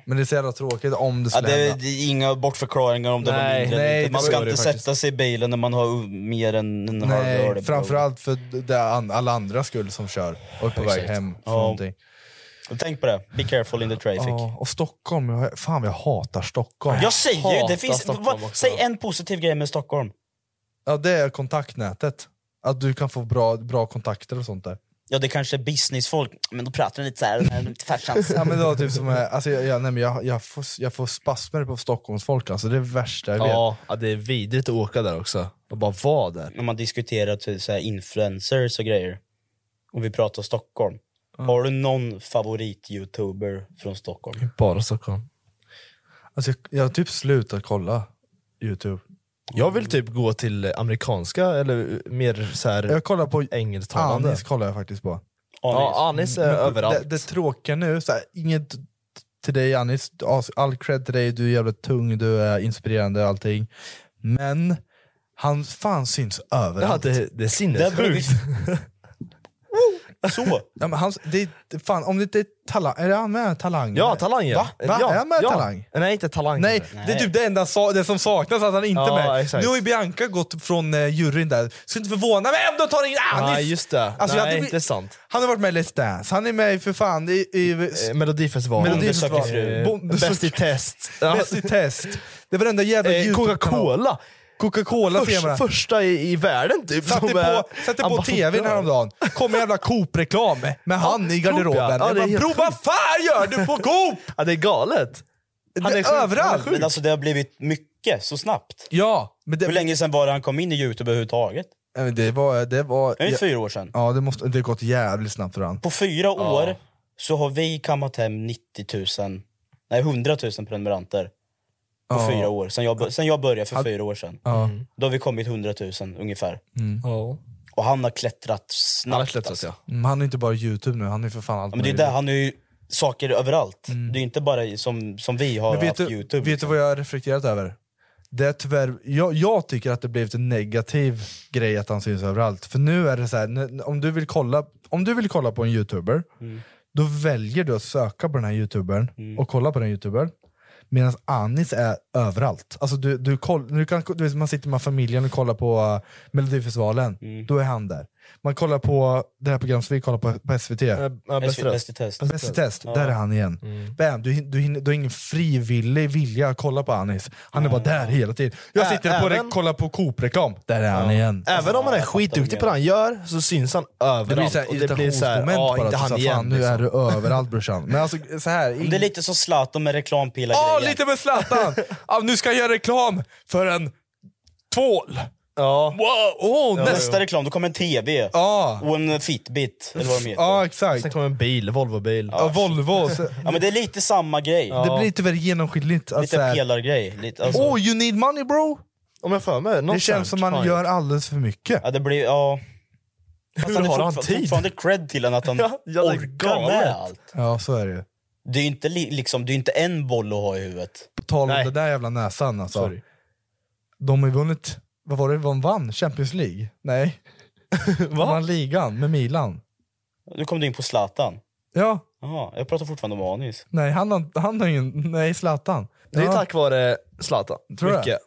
Speaker 5: Men det är så jävla tråkigt om
Speaker 3: Ja,
Speaker 5: det skulle
Speaker 3: det, är-
Speaker 5: hända.
Speaker 3: det är inga bortförklaringar om det var
Speaker 5: Nej,
Speaker 3: mindre
Speaker 5: nej,
Speaker 3: eller
Speaker 5: det
Speaker 3: inte. Man
Speaker 5: var
Speaker 3: ska
Speaker 5: det
Speaker 3: inte
Speaker 5: faktiskt.
Speaker 3: sätta sig i bilen när man har u- mer än en halv öl i
Speaker 5: Nej,
Speaker 3: blodet.
Speaker 5: framförallt för det är an- alla andra skull som kör och är på väg
Speaker 3: Exakt.
Speaker 5: hem.
Speaker 3: Ja.
Speaker 5: Från någonting.
Speaker 3: Tänk på det, be careful in the traffic.
Speaker 5: Ja, och Stockholm, jag, fan jag hatar Stockholm.
Speaker 3: Jag säger ju,
Speaker 5: Hatar
Speaker 3: det finns,
Speaker 5: Stockholm
Speaker 3: vad,
Speaker 5: också.
Speaker 3: säg en positiv grej med Stockholm.
Speaker 5: Ja, det är kontaktnätet. Att du kan få bra, bra kontakter och sånt där.
Speaker 3: Ja det kanske är businessfolk, men då pratar de lite såhär, den här lite färsans.
Speaker 5: Ja, men det var typ som, eh, alltså, jag, jag, nej, men jag, jag, får, jag får spasmer på Stockholmsfolk, alltså, det är det värsta jag vet.
Speaker 6: Ja, ja, det är vidrigt att åka där också. Och bara vara där.
Speaker 3: När man diskuterar till så här influencers och grejer, och vi pratar Stockholm. Har du någon favorit-youtuber från Stockholm?
Speaker 6: Bara Stockholm.
Speaker 5: Alltså, jag, jag har typ slutat kolla Youtube.
Speaker 6: Jag vill typ gå till amerikanska eller mer så här
Speaker 5: Jag kollar på
Speaker 6: engelsktalande.
Speaker 5: Anis kollar jag faktiskt på.
Speaker 6: Ja, Anis är
Speaker 5: Men på-
Speaker 6: överallt.
Speaker 5: Mm. Det, det tråkiga nu, så här, inget till dig Anis, as- all cred till dig, du är jävligt tung, du är inspirerande och allting. Men han fan syns
Speaker 6: Ja,
Speaker 5: överallt.
Speaker 6: det, det är
Speaker 3: Där börjar vi-
Speaker 6: sinnessjukt.
Speaker 3: Så!
Speaker 5: Ja, men han, det är, det- fan, om det inte är talang, är han med talang?
Speaker 6: Ja, talang ja.
Speaker 5: Va? Va?
Speaker 6: ja
Speaker 5: är han med
Speaker 6: ja.
Speaker 5: talang?
Speaker 6: Nej, inte talang.
Speaker 5: Nej,
Speaker 6: kanske.
Speaker 5: det är typ det enda sa- det som saknas, att han inte
Speaker 6: Ja,
Speaker 5: är med.
Speaker 6: exakt.
Speaker 5: Nu har ju Bianca gått från eh, juryn där, så inte förvåna mig om de tar in Anis!
Speaker 6: Ja, just det.
Speaker 5: Alltså, jag
Speaker 6: Nej,
Speaker 5: hade-
Speaker 6: det är sant.
Speaker 5: Han har varit med i Let's Dance, han är med i för fan i... i
Speaker 6: Eh, Melodifestivalen.
Speaker 5: Melodifestivalen.
Speaker 3: Bonde söker fru.
Speaker 5: Bonde
Speaker 6: Bäst i
Speaker 5: söker-
Speaker 6: test.
Speaker 5: Bäst i test. Det var den där jävla
Speaker 6: Eh,
Speaker 5: Youtube-kanal.
Speaker 6: Coca-Cola.
Speaker 5: Coca-Cola ser man.
Speaker 6: Först, första i, i världen typ.
Speaker 5: Satte
Speaker 6: som är
Speaker 5: på, satte på tvn
Speaker 6: ambassadör.
Speaker 5: häromdagen, kom en jävla Coop-reklam med han i
Speaker 6: Coop, ja.
Speaker 5: garderoben.
Speaker 6: Ja,
Speaker 5: Jag
Speaker 6: det är
Speaker 5: bara,
Speaker 6: helt
Speaker 5: "Bro, vad
Speaker 6: sjukt."
Speaker 5: fan gör du på Coop?
Speaker 6: Ja, det är galet. Han
Speaker 5: Det-
Speaker 6: är sjuk,
Speaker 5: överallt.
Speaker 6: han är
Speaker 3: Men
Speaker 6: sjuk.
Speaker 3: alltså det har blivit mycket så snabbt.
Speaker 5: Ja, men det,
Speaker 3: Hur länge sedan var det han kom in i Youtube överhuvudtaget?
Speaker 5: Ja, men det var... Det var
Speaker 3: Det är ju
Speaker 5: ja,
Speaker 3: fyra år sedan.
Speaker 5: ja, det, måste, det har gått jävligt snabbt för han.
Speaker 3: På fyra år så har vi kammat hem 90 000, nej 100 000 prenumeranter. På
Speaker 5: Ja.
Speaker 3: fyra år, sen jag, bör- sen jag började för fyra år sedan.
Speaker 5: Ja.
Speaker 3: Då har vi kommit 100 000 ungefär.
Speaker 6: Ja.
Speaker 3: Och han har klättrat snabbt.
Speaker 6: Han har klättrat
Speaker 3: alltså.
Speaker 6: ja.
Speaker 5: Mm, Han är inte bara Youtube nu, han är för fan allt
Speaker 3: ja. Men det är
Speaker 5: möjligt.
Speaker 3: där, han har ju saker överallt. Det är inte bara i- som, som vi har
Speaker 5: Men vet
Speaker 3: haft
Speaker 5: du,
Speaker 3: Youtube. liksom.
Speaker 5: vet du vad jag har reflekterat över? Det är tyvärr, jag, jag tycker att det blivit en negativ grej att han syns överallt. För nu är det så här, n- om du vill kolla, om du vill kolla på en youtuber,
Speaker 3: Mm.
Speaker 5: då väljer du att söka på den här youtubern och kolla på den youtubern. Medan Anis är överallt. Alltså du, du koll, du kan, du vet, man sitter med familjen och kollar på uh, Melodifestivalen,
Speaker 3: Mm.
Speaker 5: då är han där. Man kollar på det här programmet som vi kollar på, på SVT.
Speaker 6: Ja, bäst i
Speaker 3: Bäst-
Speaker 6: röst.
Speaker 3: Bäst i test.
Speaker 5: Bäst i Alltså, test, där är han igen.
Speaker 6: Mm.
Speaker 5: Bam, du, hin- du, hinner, du har ingen frivillig vilja att kolla på Anis. Han är bara där hela tiden. Jag
Speaker 6: Mm. Ä-
Speaker 5: sitter på
Speaker 6: även-
Speaker 5: det, kollar på Coop-reklam. Där är han igen.
Speaker 6: Även om han är
Speaker 3: jag fattar
Speaker 6: skitduktig
Speaker 3: vad
Speaker 6: på det han gör så syns han överallt.
Speaker 5: Det blir såhär
Speaker 6: Och det blir så här,
Speaker 5: irritationsmoment
Speaker 6: ja,
Speaker 5: bara.
Speaker 6: inte
Speaker 5: att
Speaker 6: han
Speaker 5: så här,
Speaker 6: igen.
Speaker 5: Fan, nu
Speaker 6: liksom.
Speaker 5: är du överallt brorsan. Men alltså så här,
Speaker 3: Det är lite som Zlatan med reklampilar
Speaker 5: Ja,
Speaker 3: grejen.
Speaker 5: lite med Zlatan! ja, nu ska jag göra reklam för en tvål!
Speaker 6: Ja.
Speaker 5: Wow! Oh, nästa!
Speaker 3: Nästa reklam, då kommer en TV.
Speaker 5: Ja,
Speaker 3: Och en Fitbit, eller vad de heter.
Speaker 5: ja
Speaker 6: Sen
Speaker 5: exakt.
Speaker 6: kommer en bil, Volvo-bil.
Speaker 5: Ja, Volvo. Så,
Speaker 3: Ja, men det är lite samma grej.
Speaker 5: Det blir tyvärr genomskinligt. att så
Speaker 3: Lite
Speaker 5: här,
Speaker 3: pelargrej. Lite, alltså,
Speaker 5: Oh, you need money bro!
Speaker 6: Om jag för mig, något
Speaker 5: Det känns som
Speaker 6: sånt
Speaker 5: man
Speaker 6: har
Speaker 5: gör alldeles för mycket.
Speaker 3: ja, det blir, ja. Fast
Speaker 6: Hur
Speaker 3: är
Speaker 6: har han
Speaker 3: fortfar-
Speaker 6: tid?
Speaker 3: fortfarande cred till honom att han
Speaker 6: Ja, ja, det är
Speaker 3: orkar
Speaker 6: galet.
Speaker 3: med allt.
Speaker 5: Ja, så är det ju.
Speaker 3: Det är ju inte, li- liksom, det är inte en boll att ha i huvudet.
Speaker 5: På tal om
Speaker 6: Nej.
Speaker 5: den där jävla näsan alltså.
Speaker 6: Sorry.
Speaker 5: De har ju vunnit, vad var det de vann? Champions League? Nej. de vann ligan med Milan.
Speaker 3: Nu kom du in på Zlatan.
Speaker 5: Ja.
Speaker 3: Jaha, jag pratar fortfarande om Anis.
Speaker 5: Nej, han har, han har ingen... Nej, Zlatan.
Speaker 6: Det är
Speaker 5: Ja.
Speaker 6: tack vare Zlatan.
Speaker 5: Tror jag.
Speaker 6: Mycket.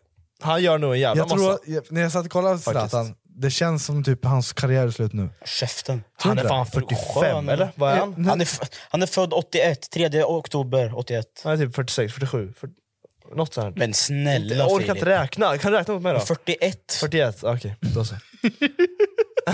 Speaker 6: Han gör nog en jävla
Speaker 5: jag tror,
Speaker 6: massa.
Speaker 5: jag, när jag satt och kollade på
Speaker 6: Faktiskt.
Speaker 5: Zlatan, det känns som typ hans karriär är slut nu.
Speaker 3: Käften.
Speaker 6: Han är fan 45 eller? Vad är han?
Speaker 3: Eh, Han är, f- han är född 81, 3 oktober 81.
Speaker 6: Han är typ 46, 47. 40, något sånt.
Speaker 3: Men snälla
Speaker 6: Jag orkar
Speaker 3: Filip.
Speaker 6: inte räkna. Kan du räkna åt mig då?
Speaker 3: 41.
Speaker 6: 41, ah, okej. Då så.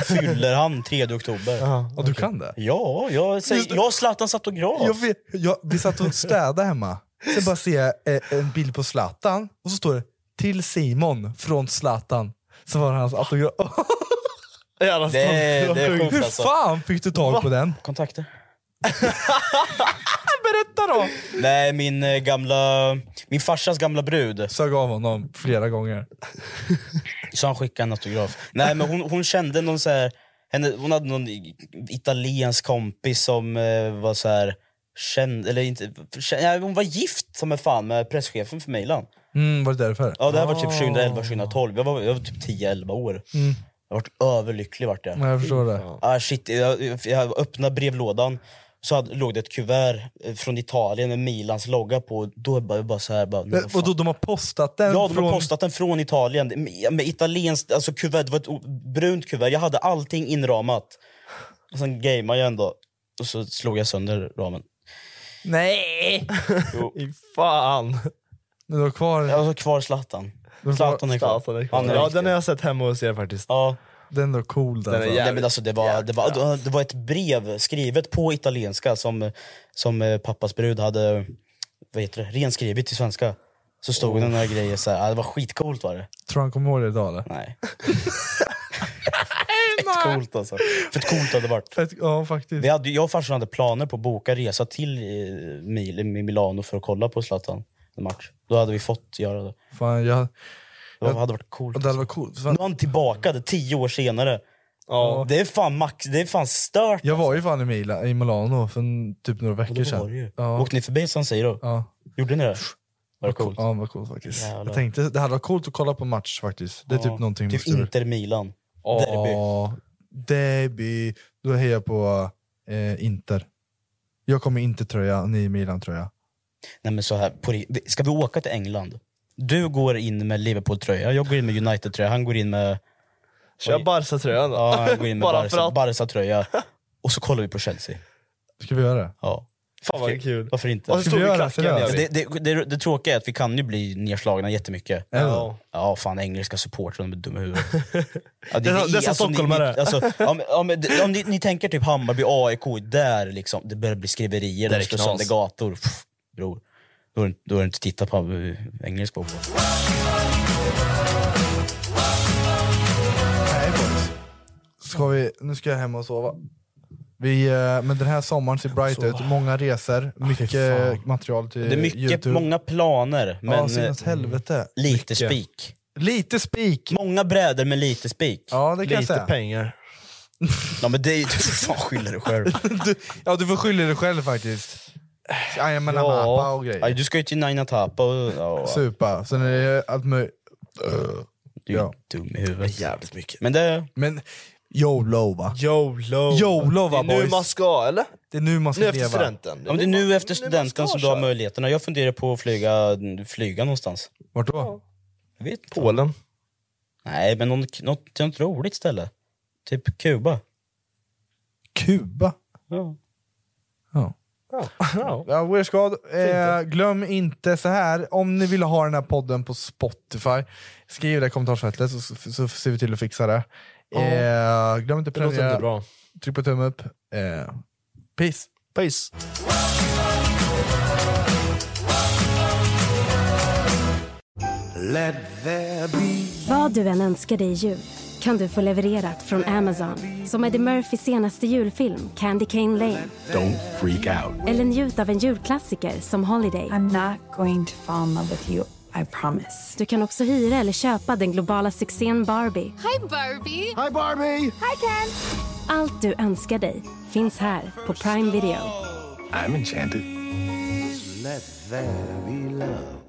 Speaker 3: Fyller han 3 oktober.
Speaker 6: Ja,
Speaker 5: och du kan det?
Speaker 3: Ja, jag, säger, jag och Zlatan satt och grät.
Speaker 5: Jag vet, jag, vi satt och städade hemma, sen bara ser jag eh, en bild på Zlatan och så står det “Till Simon från Zlatan”. Så var det hans autograf.
Speaker 6: Jävla
Speaker 3: Det- det är sjukt,
Speaker 5: Hur
Speaker 3: alltså.
Speaker 5: fan fick du tag på den?
Speaker 3: Kontakter.
Speaker 5: Berätta då!
Speaker 3: Nej, min eh, gamla... Min farsas gamla brud.
Speaker 5: Sög av honom flera gånger.
Speaker 3: Så han skickade en autograf. Nej, men hon, hon kände någon så här... Henne, hon hade någon italiensk kompis som eh, var så här... Känd, eller inte, känd, ja, hon var gift som är fan med presschefen för Milan.
Speaker 5: Mm, var det därför?
Speaker 3: Ja, det här var typ 2011-2012. Jag var, jag var typ 10-11 år.
Speaker 5: Mm.
Speaker 3: Jag vart överlycklig. Vart jag.
Speaker 5: Ja, jag förstår det.
Speaker 3: Ah, shit, jag, jag öppnade brevlådan så hade, låg det ett kuvert eh, från Italien med Milans logga på. Då bara, jag bara så här, bara, men vad
Speaker 5: Eh, Och då, de har postat den?
Speaker 3: Ja, de har
Speaker 5: från-
Speaker 3: postat den från Italien. Med, med italienskt, alltså kuvert, det var ett o- brunt kuvert. Jag hade allting inramat. Och sen gameade jag ändå. Och så slog jag sönder ramen.
Speaker 5: Nej!
Speaker 6: Fy fan.
Speaker 5: Men du har kvar...
Speaker 3: Jag har kvar Zlatan. Zlatan är kvar.
Speaker 6: Zlatan är
Speaker 3: Han är
Speaker 6: Ja,
Speaker 3: riktig.
Speaker 6: den har jag sett hemma hos er faktiskt.
Speaker 3: Ja.
Speaker 5: Den är cool. Den
Speaker 6: är
Speaker 5: alltså.
Speaker 3: Nej, men alltså, det, var, det, var, det var ett brev skrivet på italienska som, som eh, pappas brud hade vad heter det, renskrivit till svenska. Så stod det några grejer så här. Ja, det var skitcoolt var det.
Speaker 5: Tror han kommer ihåg det idag eller?
Speaker 3: Nej. Fett coolt alltså. Fett coolt hade det varit.
Speaker 5: Fett- Ja, faktiskt.
Speaker 3: Vi hade, jag och farsan hade planer på att boka resa till eh, Mil, Milano för att kolla på Zlatan. En match. Då hade vi fått göra det.
Speaker 5: Fan, jag...
Speaker 3: Det hade varit coolt.
Speaker 5: Och det hade varit coolt.
Speaker 3: Nu är han tillbaka det, tio år senare. Ja. Det är fan max, det är fan stört.
Speaker 5: Jag var ju fan i, Mila, i Milano för en, typ några veckor
Speaker 3: Det var det
Speaker 5: sedan.
Speaker 3: ju. Åkte ni förbi San Siro?
Speaker 5: Ja.
Speaker 3: Gjorde ni det? Var det coolt?
Speaker 5: Ja, vad coolt faktiskt.
Speaker 3: Jävlar.
Speaker 5: Jag tänkte, det hade varit coolt att kolla på match faktiskt. Det är typ någonting...
Speaker 3: Typ Inter-Milan. Derby.
Speaker 5: Ja, derby. Då hejar jag på eh, Inter. Jag kommer inte tröja, ni är Milan tröja.
Speaker 3: Nej men så här, på, ri- ska vi åka till England? Du går in med Liverpool-tröja, jag går in med United-tröja, han går in med...
Speaker 6: Kör Barca-tröjan då.
Speaker 3: Ja, jag går in med
Speaker 6: Bara för
Speaker 3: Barca-
Speaker 6: att.
Speaker 3: Barca-tröja. och så kollar vi på Chelsea.
Speaker 5: Ska vi göra det?
Speaker 3: Ja.
Speaker 6: Fan vad kul.
Speaker 3: Varför inte?
Speaker 6: Och så står vi i klacken. gör vi.
Speaker 3: Alltså, det, det, det, det tråkiga är att vi kan ju bli nedslagna jättemycket.
Speaker 6: Ja.
Speaker 3: Ja, fan engelska supportrar, de är dumma i huvudet. Ja,
Speaker 6: Det är så- det är som
Speaker 3: ni-
Speaker 6: stockholmare.
Speaker 3: ni- Alltså, om, om, om ni, ni tänker typ Hammarby, AIK, där liksom, det börjar bli skriverier,
Speaker 6: Där
Speaker 3: där
Speaker 6: är
Speaker 3: det slår
Speaker 6: knas.
Speaker 3: sönder gator. Pff, bror, då har du- då har du inte tittat på eh, engelsk fotboll.
Speaker 5: Nej boys. Ska vi, nu ska jag hem och sova. Vi, eh, men den här sommaren ser bright ut. Många resor, mycket material till
Speaker 3: Ah, Det är mycket,
Speaker 5: Youtube.
Speaker 3: många planer,
Speaker 5: men, ja,
Speaker 3: men
Speaker 5: sinnes
Speaker 3: eh,
Speaker 5: helvete.
Speaker 3: lite spik.
Speaker 5: Lite spik!
Speaker 3: Många brädor men lite spik.
Speaker 5: Ja, det kan
Speaker 6: Lite
Speaker 5: jag säga.
Speaker 6: pengar.
Speaker 3: Ja, men det är ju... Du får fan skylla dig själv.
Speaker 5: Du, ja, du får skylla dig själv faktiskt. Jag menar
Speaker 6: Ja.
Speaker 5: mappa och grejer.
Speaker 3: Aj, Du ska ju till Nine Tapa och... ja,
Speaker 5: Supa. Sen är det allt möjligt.
Speaker 3: du är
Speaker 5: Ja.
Speaker 3: dum i huvudet.
Speaker 6: Jävligt mycket.
Speaker 3: Men det...
Speaker 5: Men YOLO va?
Speaker 6: YOLO.
Speaker 5: YOLO va
Speaker 6: Det är nu
Speaker 5: boys?
Speaker 6: man ska eller?
Speaker 5: Det är nu man ska
Speaker 6: Nu
Speaker 5: leva.
Speaker 6: efter studenten.
Speaker 3: Ja, men det är nu efter studenten
Speaker 6: ska
Speaker 3: som du har
Speaker 6: köra.
Speaker 3: möjligheterna. Jag funderar på att flyga, flyga någonstans.
Speaker 5: Vart då?
Speaker 3: Jag vet inte.
Speaker 6: Polen.
Speaker 3: Nej, men någon, något, till något roligt ställe. Typ Kuba.
Speaker 5: Kuba?
Speaker 3: Ja.
Speaker 5: Ja. Ja, Weird Squad, eh, glöm inte så här. om ni vill ha den här podden på Spotify, skriv det i kommentarsfältet så, så, så ser vi till att fixa det. Eh, glöm
Speaker 6: Det
Speaker 5: inte
Speaker 6: låter inte
Speaker 5: prenumerera,
Speaker 6: bra.
Speaker 5: tryck på tumme upp. Eh, peace!
Speaker 6: Peace.
Speaker 10: Vad du än önskar dig i jul kan du få levererat från Amazon. Som Eddie Murphys senaste julfilm Candy Cane Lane.
Speaker 1: Don't freak out.
Speaker 10: Eller njut av en julklassiker som Holiday.
Speaker 11: I'm not going to fall in love with you, I promise.
Speaker 10: Du kan också hyra eller köpa den globala succén Barbie.
Speaker 12: Hi Barbie! Hi Barbie! Hi Ken!
Speaker 10: Allt du önskar dig finns här på Prime Video.
Speaker 1: I'm enchanted.
Speaker 13: Let there be love.